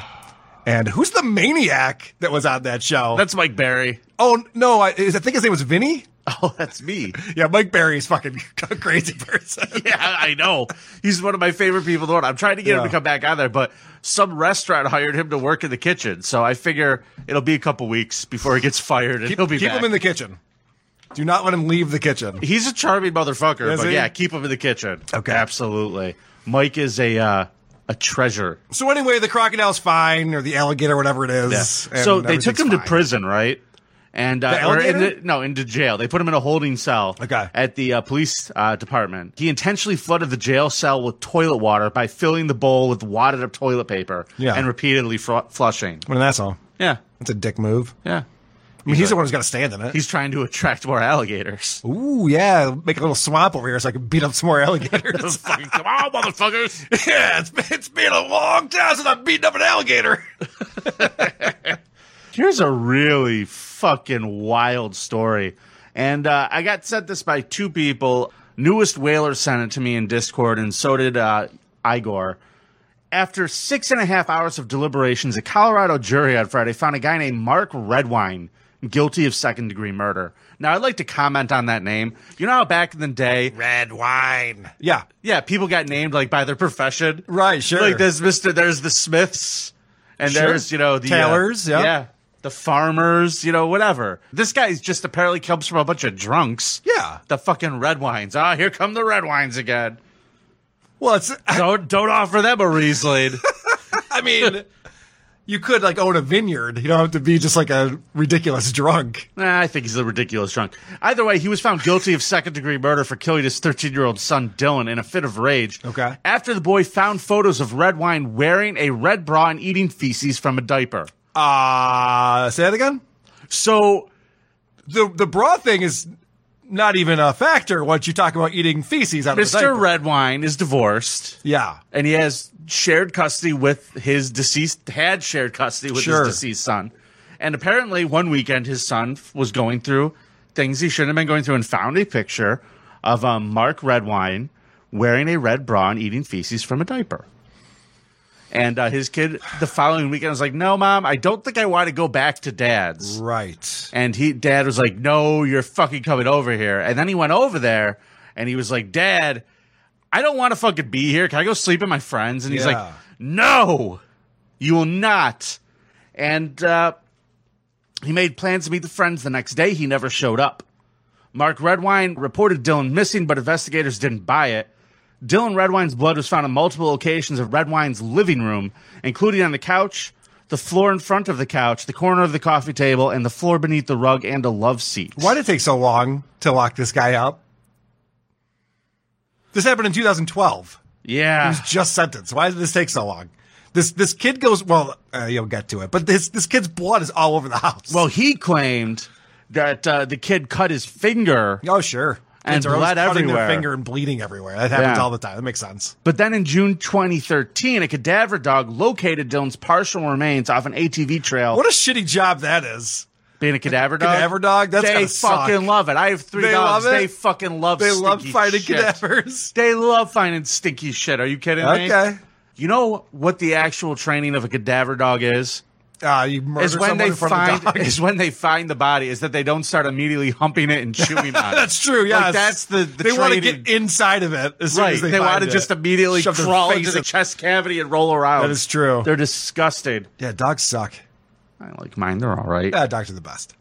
[SPEAKER 2] And who's the maniac that was on that show?
[SPEAKER 1] That's Mike Barry.
[SPEAKER 2] oh no, I, is- I think his name was Vinny.
[SPEAKER 1] Oh, that's me.
[SPEAKER 2] Yeah, Mike Barry's fucking a crazy person.
[SPEAKER 1] Yeah, I know. He's one of my favorite people in the world. I'm trying to get him
[SPEAKER 2] Yeah.
[SPEAKER 1] to come back on there, but some restaurant hired him to work in the kitchen. So I figure it'll be a couple weeks before he gets fired and
[SPEAKER 2] Keep,
[SPEAKER 1] he'll be
[SPEAKER 2] keep
[SPEAKER 1] back.
[SPEAKER 2] him in the kitchen. Do not let him leave the kitchen.
[SPEAKER 1] He's a charming motherfucker,
[SPEAKER 2] Is
[SPEAKER 1] but
[SPEAKER 2] he?
[SPEAKER 1] yeah, keep him in the kitchen.
[SPEAKER 2] Okay.
[SPEAKER 1] Absolutely. Mike is a uh, a treasure.
[SPEAKER 2] So anyway, the crocodile's fine, or the alligator, whatever it is. and
[SPEAKER 1] So they took
[SPEAKER 2] everything's
[SPEAKER 1] him to
[SPEAKER 2] fine.
[SPEAKER 1] prison, right? And uh,
[SPEAKER 2] The
[SPEAKER 1] or in
[SPEAKER 2] alligator?
[SPEAKER 1] the- no, into jail. They put him in a holding cell.
[SPEAKER 2] Okay.
[SPEAKER 1] At the uh, police uh, department, he intentionally flooded the jail cell with toilet water by filling the bowl with wadded up toilet paper
[SPEAKER 2] Yeah.
[SPEAKER 1] and repeatedly fr- flushing.
[SPEAKER 2] What an asshole.
[SPEAKER 1] Yeah,
[SPEAKER 2] That's a dick move.
[SPEAKER 1] yeah.
[SPEAKER 2] I mean, he's, the one who's got to stand in it.
[SPEAKER 1] He's trying to attract more alligators.
[SPEAKER 2] Ooh, yeah, make a little swamp over here so I can beat up some more alligators.
[SPEAKER 1] Fucking come on, motherfuckers!
[SPEAKER 2] yeah, it's, it's been a long time since I've beaten up an alligator.
[SPEAKER 1] Here's a really fucking wild story. And uh, I got sent this by two people. Newest Whaler sent it to me in Discord, and so did uh, Igor. After six and a half hours of deliberations, a Colorado jury on Friday found a guy named Mark Redwine guilty of second degree murder. Now, I'd like to comment on that name. You know how back in the day,
[SPEAKER 2] Red wine. Yeah,
[SPEAKER 1] yeah, people got named like by their profession.
[SPEAKER 2] right, sure.
[SPEAKER 1] Like there's Mister, there's the Smiths, and
[SPEAKER 2] Sure.
[SPEAKER 1] there's you know the uh,
[SPEAKER 2] Taylors, yeah.
[SPEAKER 1] yeah, the farmers, you know, whatever. This guy's just apparently comes from a bunch of drunks.
[SPEAKER 2] Yeah.
[SPEAKER 1] The fucking red wines. Ah, here come the red wines again.
[SPEAKER 2] Well, it's
[SPEAKER 1] don't don't offer them a Riesling.
[SPEAKER 2] I mean, you could like own a vineyard. You don't have to be just like a ridiculous drunk.
[SPEAKER 1] Nah, I think he's a ridiculous drunk. Either way, he was found guilty of second degree murder for killing his 13 year old son Dylan in a fit of rage.
[SPEAKER 2] Okay.
[SPEAKER 1] After the boy found photos of red wine wearing a red bra and eating feces from a diaper.
[SPEAKER 2] Uh say that again.
[SPEAKER 1] So
[SPEAKER 2] the the bra thing is not even a factor once you talk about eating feces out of a diaper.
[SPEAKER 1] Mr. Red Wine is divorced.
[SPEAKER 2] Yeah.
[SPEAKER 1] And he has shared custody with his deceased, had shared custody with
[SPEAKER 2] Sure.
[SPEAKER 1] his deceased son. And apparently, one weekend, his son f- was going through things he shouldn't have been going through and found a picture of um, Mark Redwine wearing a red bra and eating feces from a diaper. And uh, his kid, the following weekend, was like, No, mom, I don't think I want to go back to dad's.
[SPEAKER 2] Right.
[SPEAKER 1] And he dad was like, "No, you're fucking coming over here." And then he went over there and he was like, "Dad, I don't want to fucking be here. Can I go sleep with my friends?" And he's
[SPEAKER 2] Yeah.
[SPEAKER 1] like, "No. You will not." And uh he made plans to meet the friends the next day. He never showed up. Mark Redwine reported Dylan missing, but investigators didn't buy it. Dylan Redwine's blood was found on multiple occasions of Redwine's living room, including on the couch, the floor in front of the couch, the corner of the coffee table, and the floor beneath the rug and a love seat.
[SPEAKER 2] Why did it take so long to lock this guy up? This happened in 2012. He
[SPEAKER 1] Yeah.
[SPEAKER 2] was just sentenced. Why did this take so long? This this kid goes well. Uh, you'll get to it, but this this kid's blood is all over the house.
[SPEAKER 1] Well, he claimed that uh, the kid cut his finger.
[SPEAKER 2] Oh, sure.
[SPEAKER 1] And
[SPEAKER 2] Kids are always
[SPEAKER 1] blood
[SPEAKER 2] cutting
[SPEAKER 1] everywhere.
[SPEAKER 2] Their finger and bleeding everywhere. That happens
[SPEAKER 1] Yeah.
[SPEAKER 2] all the time. That makes sense.
[SPEAKER 1] But then in June 2013, a cadaver dog located Dylan's partial remains off an ATV trail.
[SPEAKER 2] What a shitty job that is.
[SPEAKER 1] Being a cadaver dog?
[SPEAKER 2] Cadaver dog? That's
[SPEAKER 1] They
[SPEAKER 2] gotta suck.
[SPEAKER 1] fucking love it. I have three
[SPEAKER 2] They
[SPEAKER 1] dogs.
[SPEAKER 2] love it?
[SPEAKER 1] They fucking love
[SPEAKER 2] They love
[SPEAKER 1] stinky
[SPEAKER 2] fighting
[SPEAKER 1] shit.
[SPEAKER 2] cadavers.
[SPEAKER 1] They love finding stinky shit. Are you kidding me?
[SPEAKER 2] Okay.
[SPEAKER 1] You know what the actual training of a cadaver dog is?
[SPEAKER 2] Uh, you murder
[SPEAKER 1] is when
[SPEAKER 2] someone
[SPEAKER 1] they
[SPEAKER 2] in front of a
[SPEAKER 1] find
[SPEAKER 2] dog.
[SPEAKER 1] is when they find the body is that they don't start immediately humping it and chewing on it.
[SPEAKER 2] that's true. Yeah,
[SPEAKER 1] Like, that's the, the
[SPEAKER 2] they want to
[SPEAKER 1] training.
[SPEAKER 2] get inside of it. As soon
[SPEAKER 1] right.
[SPEAKER 2] as
[SPEAKER 1] they
[SPEAKER 2] they find
[SPEAKER 1] want to
[SPEAKER 2] it.
[SPEAKER 1] just immediately
[SPEAKER 2] Shove their
[SPEAKER 1] crawl
[SPEAKER 2] face
[SPEAKER 1] into the
[SPEAKER 2] in-
[SPEAKER 1] chest cavity and roll around.
[SPEAKER 2] That is true.
[SPEAKER 1] They're disgusted.
[SPEAKER 2] Yeah, dogs suck.
[SPEAKER 1] I like mine. They're all right.
[SPEAKER 2] Yeah, dogs are the best.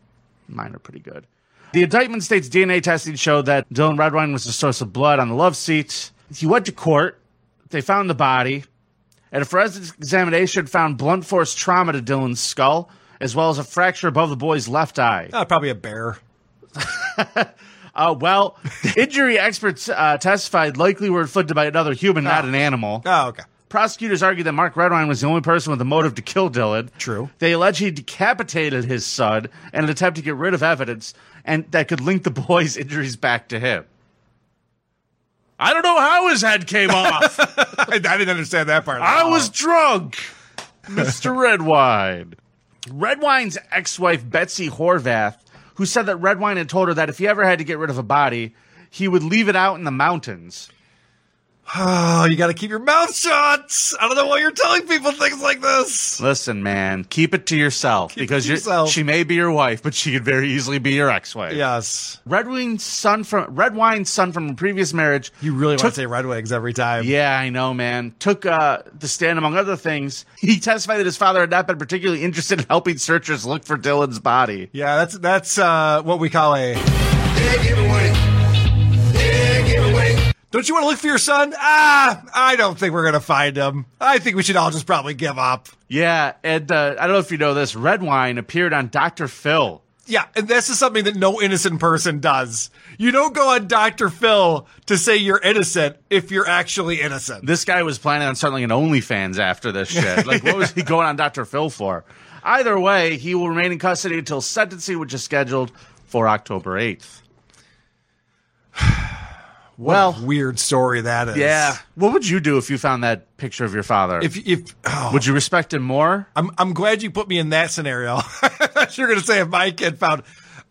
[SPEAKER 1] Mine are pretty good. The indictment states DNA testing showed that Dylan Redwine was the source of blood on the love seat. He went to court. They found the body. And a forensic examination found blunt force trauma to Dylan's skull, as well as a fracture above the boy's left eye.
[SPEAKER 2] Uh, probably a bear.
[SPEAKER 1] Uh, well, the injury experts uh, testified likely were inflicted by another human, not an animal.
[SPEAKER 2] Oh, okay.
[SPEAKER 1] Prosecutors argued that Mark Redwine was the only person with the motive to kill Dylan.
[SPEAKER 2] True.
[SPEAKER 1] They allege he decapitated his son in an attempt to get rid of evidence and that could link the boy's injuries back to him. I don't know how his head came off.
[SPEAKER 2] I didn't understand that part.
[SPEAKER 1] I was drunk, Mr. Redwine. Redwine's ex wife, Betsy Horvath, who said that Redwine had told her that if he ever had to get rid of a body, he would leave it out in the mountains.
[SPEAKER 2] Oh, you got to keep your mouth shut. I don't know why you're telling people things like this.
[SPEAKER 1] Listen, man, keep it to yourself because
[SPEAKER 2] to
[SPEAKER 1] you're,
[SPEAKER 2] yourself.
[SPEAKER 1] she may be your wife, but she could very easily be your ex-wife.
[SPEAKER 2] Yes,
[SPEAKER 1] Red Wing's son from Red Wine's son from a previous marriage.
[SPEAKER 2] you really want
[SPEAKER 1] Took-
[SPEAKER 2] to say Red Wings every time.
[SPEAKER 1] Yeah, I know, man. Took uh, the stand among other things. He testified that his father had not been particularly interested in helping searchers look for Dylan's body.
[SPEAKER 2] Yeah, that's that's uh, what we call a. Don't you want to look for your son? Ah, I don't think we're gonna find him. I think we should all just probably give up.
[SPEAKER 1] Yeah, and uh, I don't know if you know this. Red Wine appeared on Dr. Phil.
[SPEAKER 2] Yeah, and this is something that no innocent person does. You don't go on Dr. Phil to say you're innocent if you're actually innocent.
[SPEAKER 1] This guy was planning on starting an OnlyFans after this shit. Like, what was he going on Dr. Phil for? Either way, he will remain in custody until sentencing, which is scheduled for October 8th.
[SPEAKER 2] What a
[SPEAKER 1] well-
[SPEAKER 2] weird story that is.
[SPEAKER 1] What would you do if you found that picture of your father?
[SPEAKER 2] If if oh,
[SPEAKER 1] would you respect him more?
[SPEAKER 2] I'm I'm glad you put me in that scenario. you're gonna say if my kid found,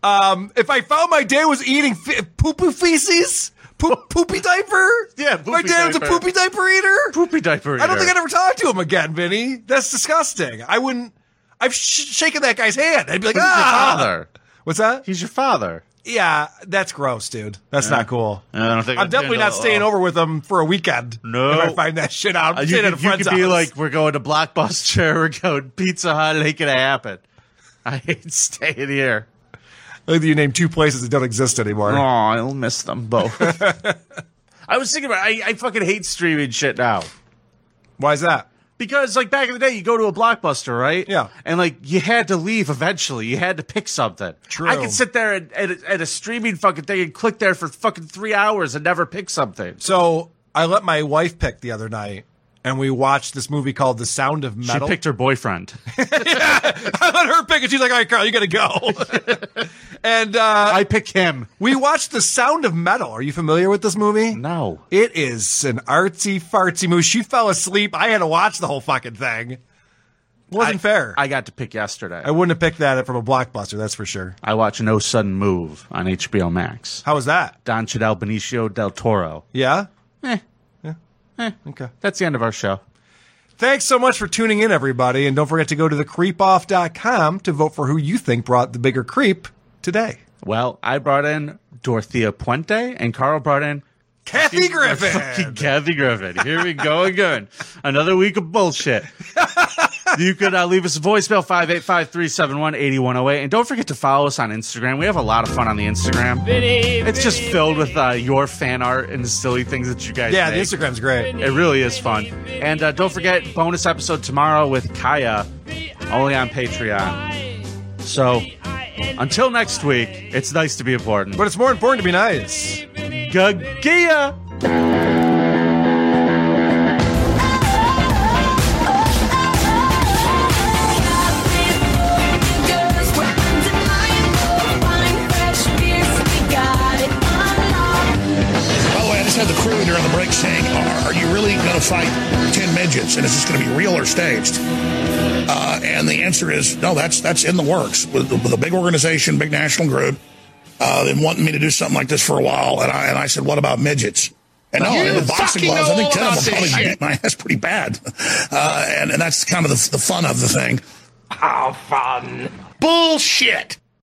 [SPEAKER 2] um, if I found my dad was eating fe- poopoo feces, poop, poopy diaper.
[SPEAKER 1] Yeah,
[SPEAKER 2] my
[SPEAKER 1] poopy
[SPEAKER 2] dad was a
[SPEAKER 1] diaper.
[SPEAKER 2] poopy diaper eater.
[SPEAKER 1] Poopy diaper.
[SPEAKER 2] I don't think I'd
[SPEAKER 1] eater.
[SPEAKER 2] ever talk to him again, Vinny. That's disgusting. I wouldn't. I've sh- shaken that guy's hand. I'd be like,
[SPEAKER 1] He's your
[SPEAKER 2] ah,
[SPEAKER 1] father.
[SPEAKER 2] what's that?
[SPEAKER 1] He's your father.
[SPEAKER 2] Yeah, that's gross, dude. That's not cool.
[SPEAKER 1] I don't think
[SPEAKER 2] I'm
[SPEAKER 1] I'd
[SPEAKER 2] definitely not
[SPEAKER 1] handle-
[SPEAKER 2] staying over with him for a weekend.
[SPEAKER 1] uh, No.
[SPEAKER 2] if I find that shit out, I'm
[SPEAKER 1] Uh, you
[SPEAKER 2] staying at a
[SPEAKER 1] could, you
[SPEAKER 2] friend's
[SPEAKER 1] could be
[SPEAKER 2] house.
[SPEAKER 1] like, we're going to Blockbuster, we're going Pizza Hut, and it could happen. I hate staying here.
[SPEAKER 2] You name two places that don't exist anymore.
[SPEAKER 1] Oh, I'll miss them both. I was thinking about. It. I I fucking hate streaming shit now.
[SPEAKER 2] Why is that?
[SPEAKER 1] Because like back in the day, you go to a blockbuster, right?
[SPEAKER 2] Yeah.
[SPEAKER 1] And like you had to leave eventually. You had to pick something.
[SPEAKER 2] True.
[SPEAKER 1] I could sit there and, at, a, at a streaming fucking thing and click there for fucking three hours and never pick something.
[SPEAKER 2] So I let my wife pick the other night, and we watched this movie called The Sound of Metal.
[SPEAKER 1] She picked her boyfriend.
[SPEAKER 2] I let her pick, and she's like, "All right, Carl, you gotta go." and uh,
[SPEAKER 1] I pick him.
[SPEAKER 2] we watched The Sound of Metal. Are you familiar with this movie?
[SPEAKER 1] No.
[SPEAKER 2] It is an artsy fartsy movie. She fell asleep. I had to watch the whole fucking thing. Wasn't
[SPEAKER 1] I-
[SPEAKER 2] fair. I,
[SPEAKER 1] I got to pick yesterday.
[SPEAKER 2] wouldn't have picked that from a blockbuster. That's for sure.
[SPEAKER 1] I watched No Sudden Move on HBO Max.
[SPEAKER 2] How was that?
[SPEAKER 1] Don Chidel Benicio del Toro.
[SPEAKER 2] Yeah.
[SPEAKER 1] Eh.
[SPEAKER 2] Yeah. Okay.
[SPEAKER 1] That's the end of our show.
[SPEAKER 2] Thanks so much for tuning in, everybody. And don't forget to go to thecreepoff.com to vote for who you think brought the bigger creep today.
[SPEAKER 1] Well, I brought in Dorothea Puente and Carl brought in
[SPEAKER 2] Kathy
[SPEAKER 1] fucking
[SPEAKER 2] Griffin.
[SPEAKER 1] Kathy Griffin. Here we go again. Another week of bullshit. you could uh, leave us a voicemail 585 371 8108. And don't forget to follow us on Instagram. We have a lot of fun on the Instagram. It's just filled with uh, your fan art and silly things that you guys
[SPEAKER 2] Yeah, the
[SPEAKER 1] make.
[SPEAKER 2] Instagram's great.
[SPEAKER 1] It really is fun. And uh, don't forget, bonus episode tomorrow with Kaya, only on Patreon. So until next week, it's nice to be important.
[SPEAKER 2] But it's more important to be nice.
[SPEAKER 1] Gagia!
[SPEAKER 5] By the way, I just had the crew during the break saying, are, are you really going to fight 10 midgets? And is this going to be real or staged? Uh, and the answer is, no, that's that's in the works with, with a big organization, big national group. Uh, they've wanted me to do something like this for a while. And I, and I said, what about midgets? And no,
[SPEAKER 14] You
[SPEAKER 5] and with boxing
[SPEAKER 14] fucking
[SPEAKER 5] gloves,
[SPEAKER 14] know
[SPEAKER 5] I think 10
[SPEAKER 14] all
[SPEAKER 5] of
[SPEAKER 14] about
[SPEAKER 5] them probably
[SPEAKER 14] this shit.
[SPEAKER 5] beat my ass pretty bad. Uh, and, and that's kind of the, the fun of the thing.
[SPEAKER 14] Bullshit.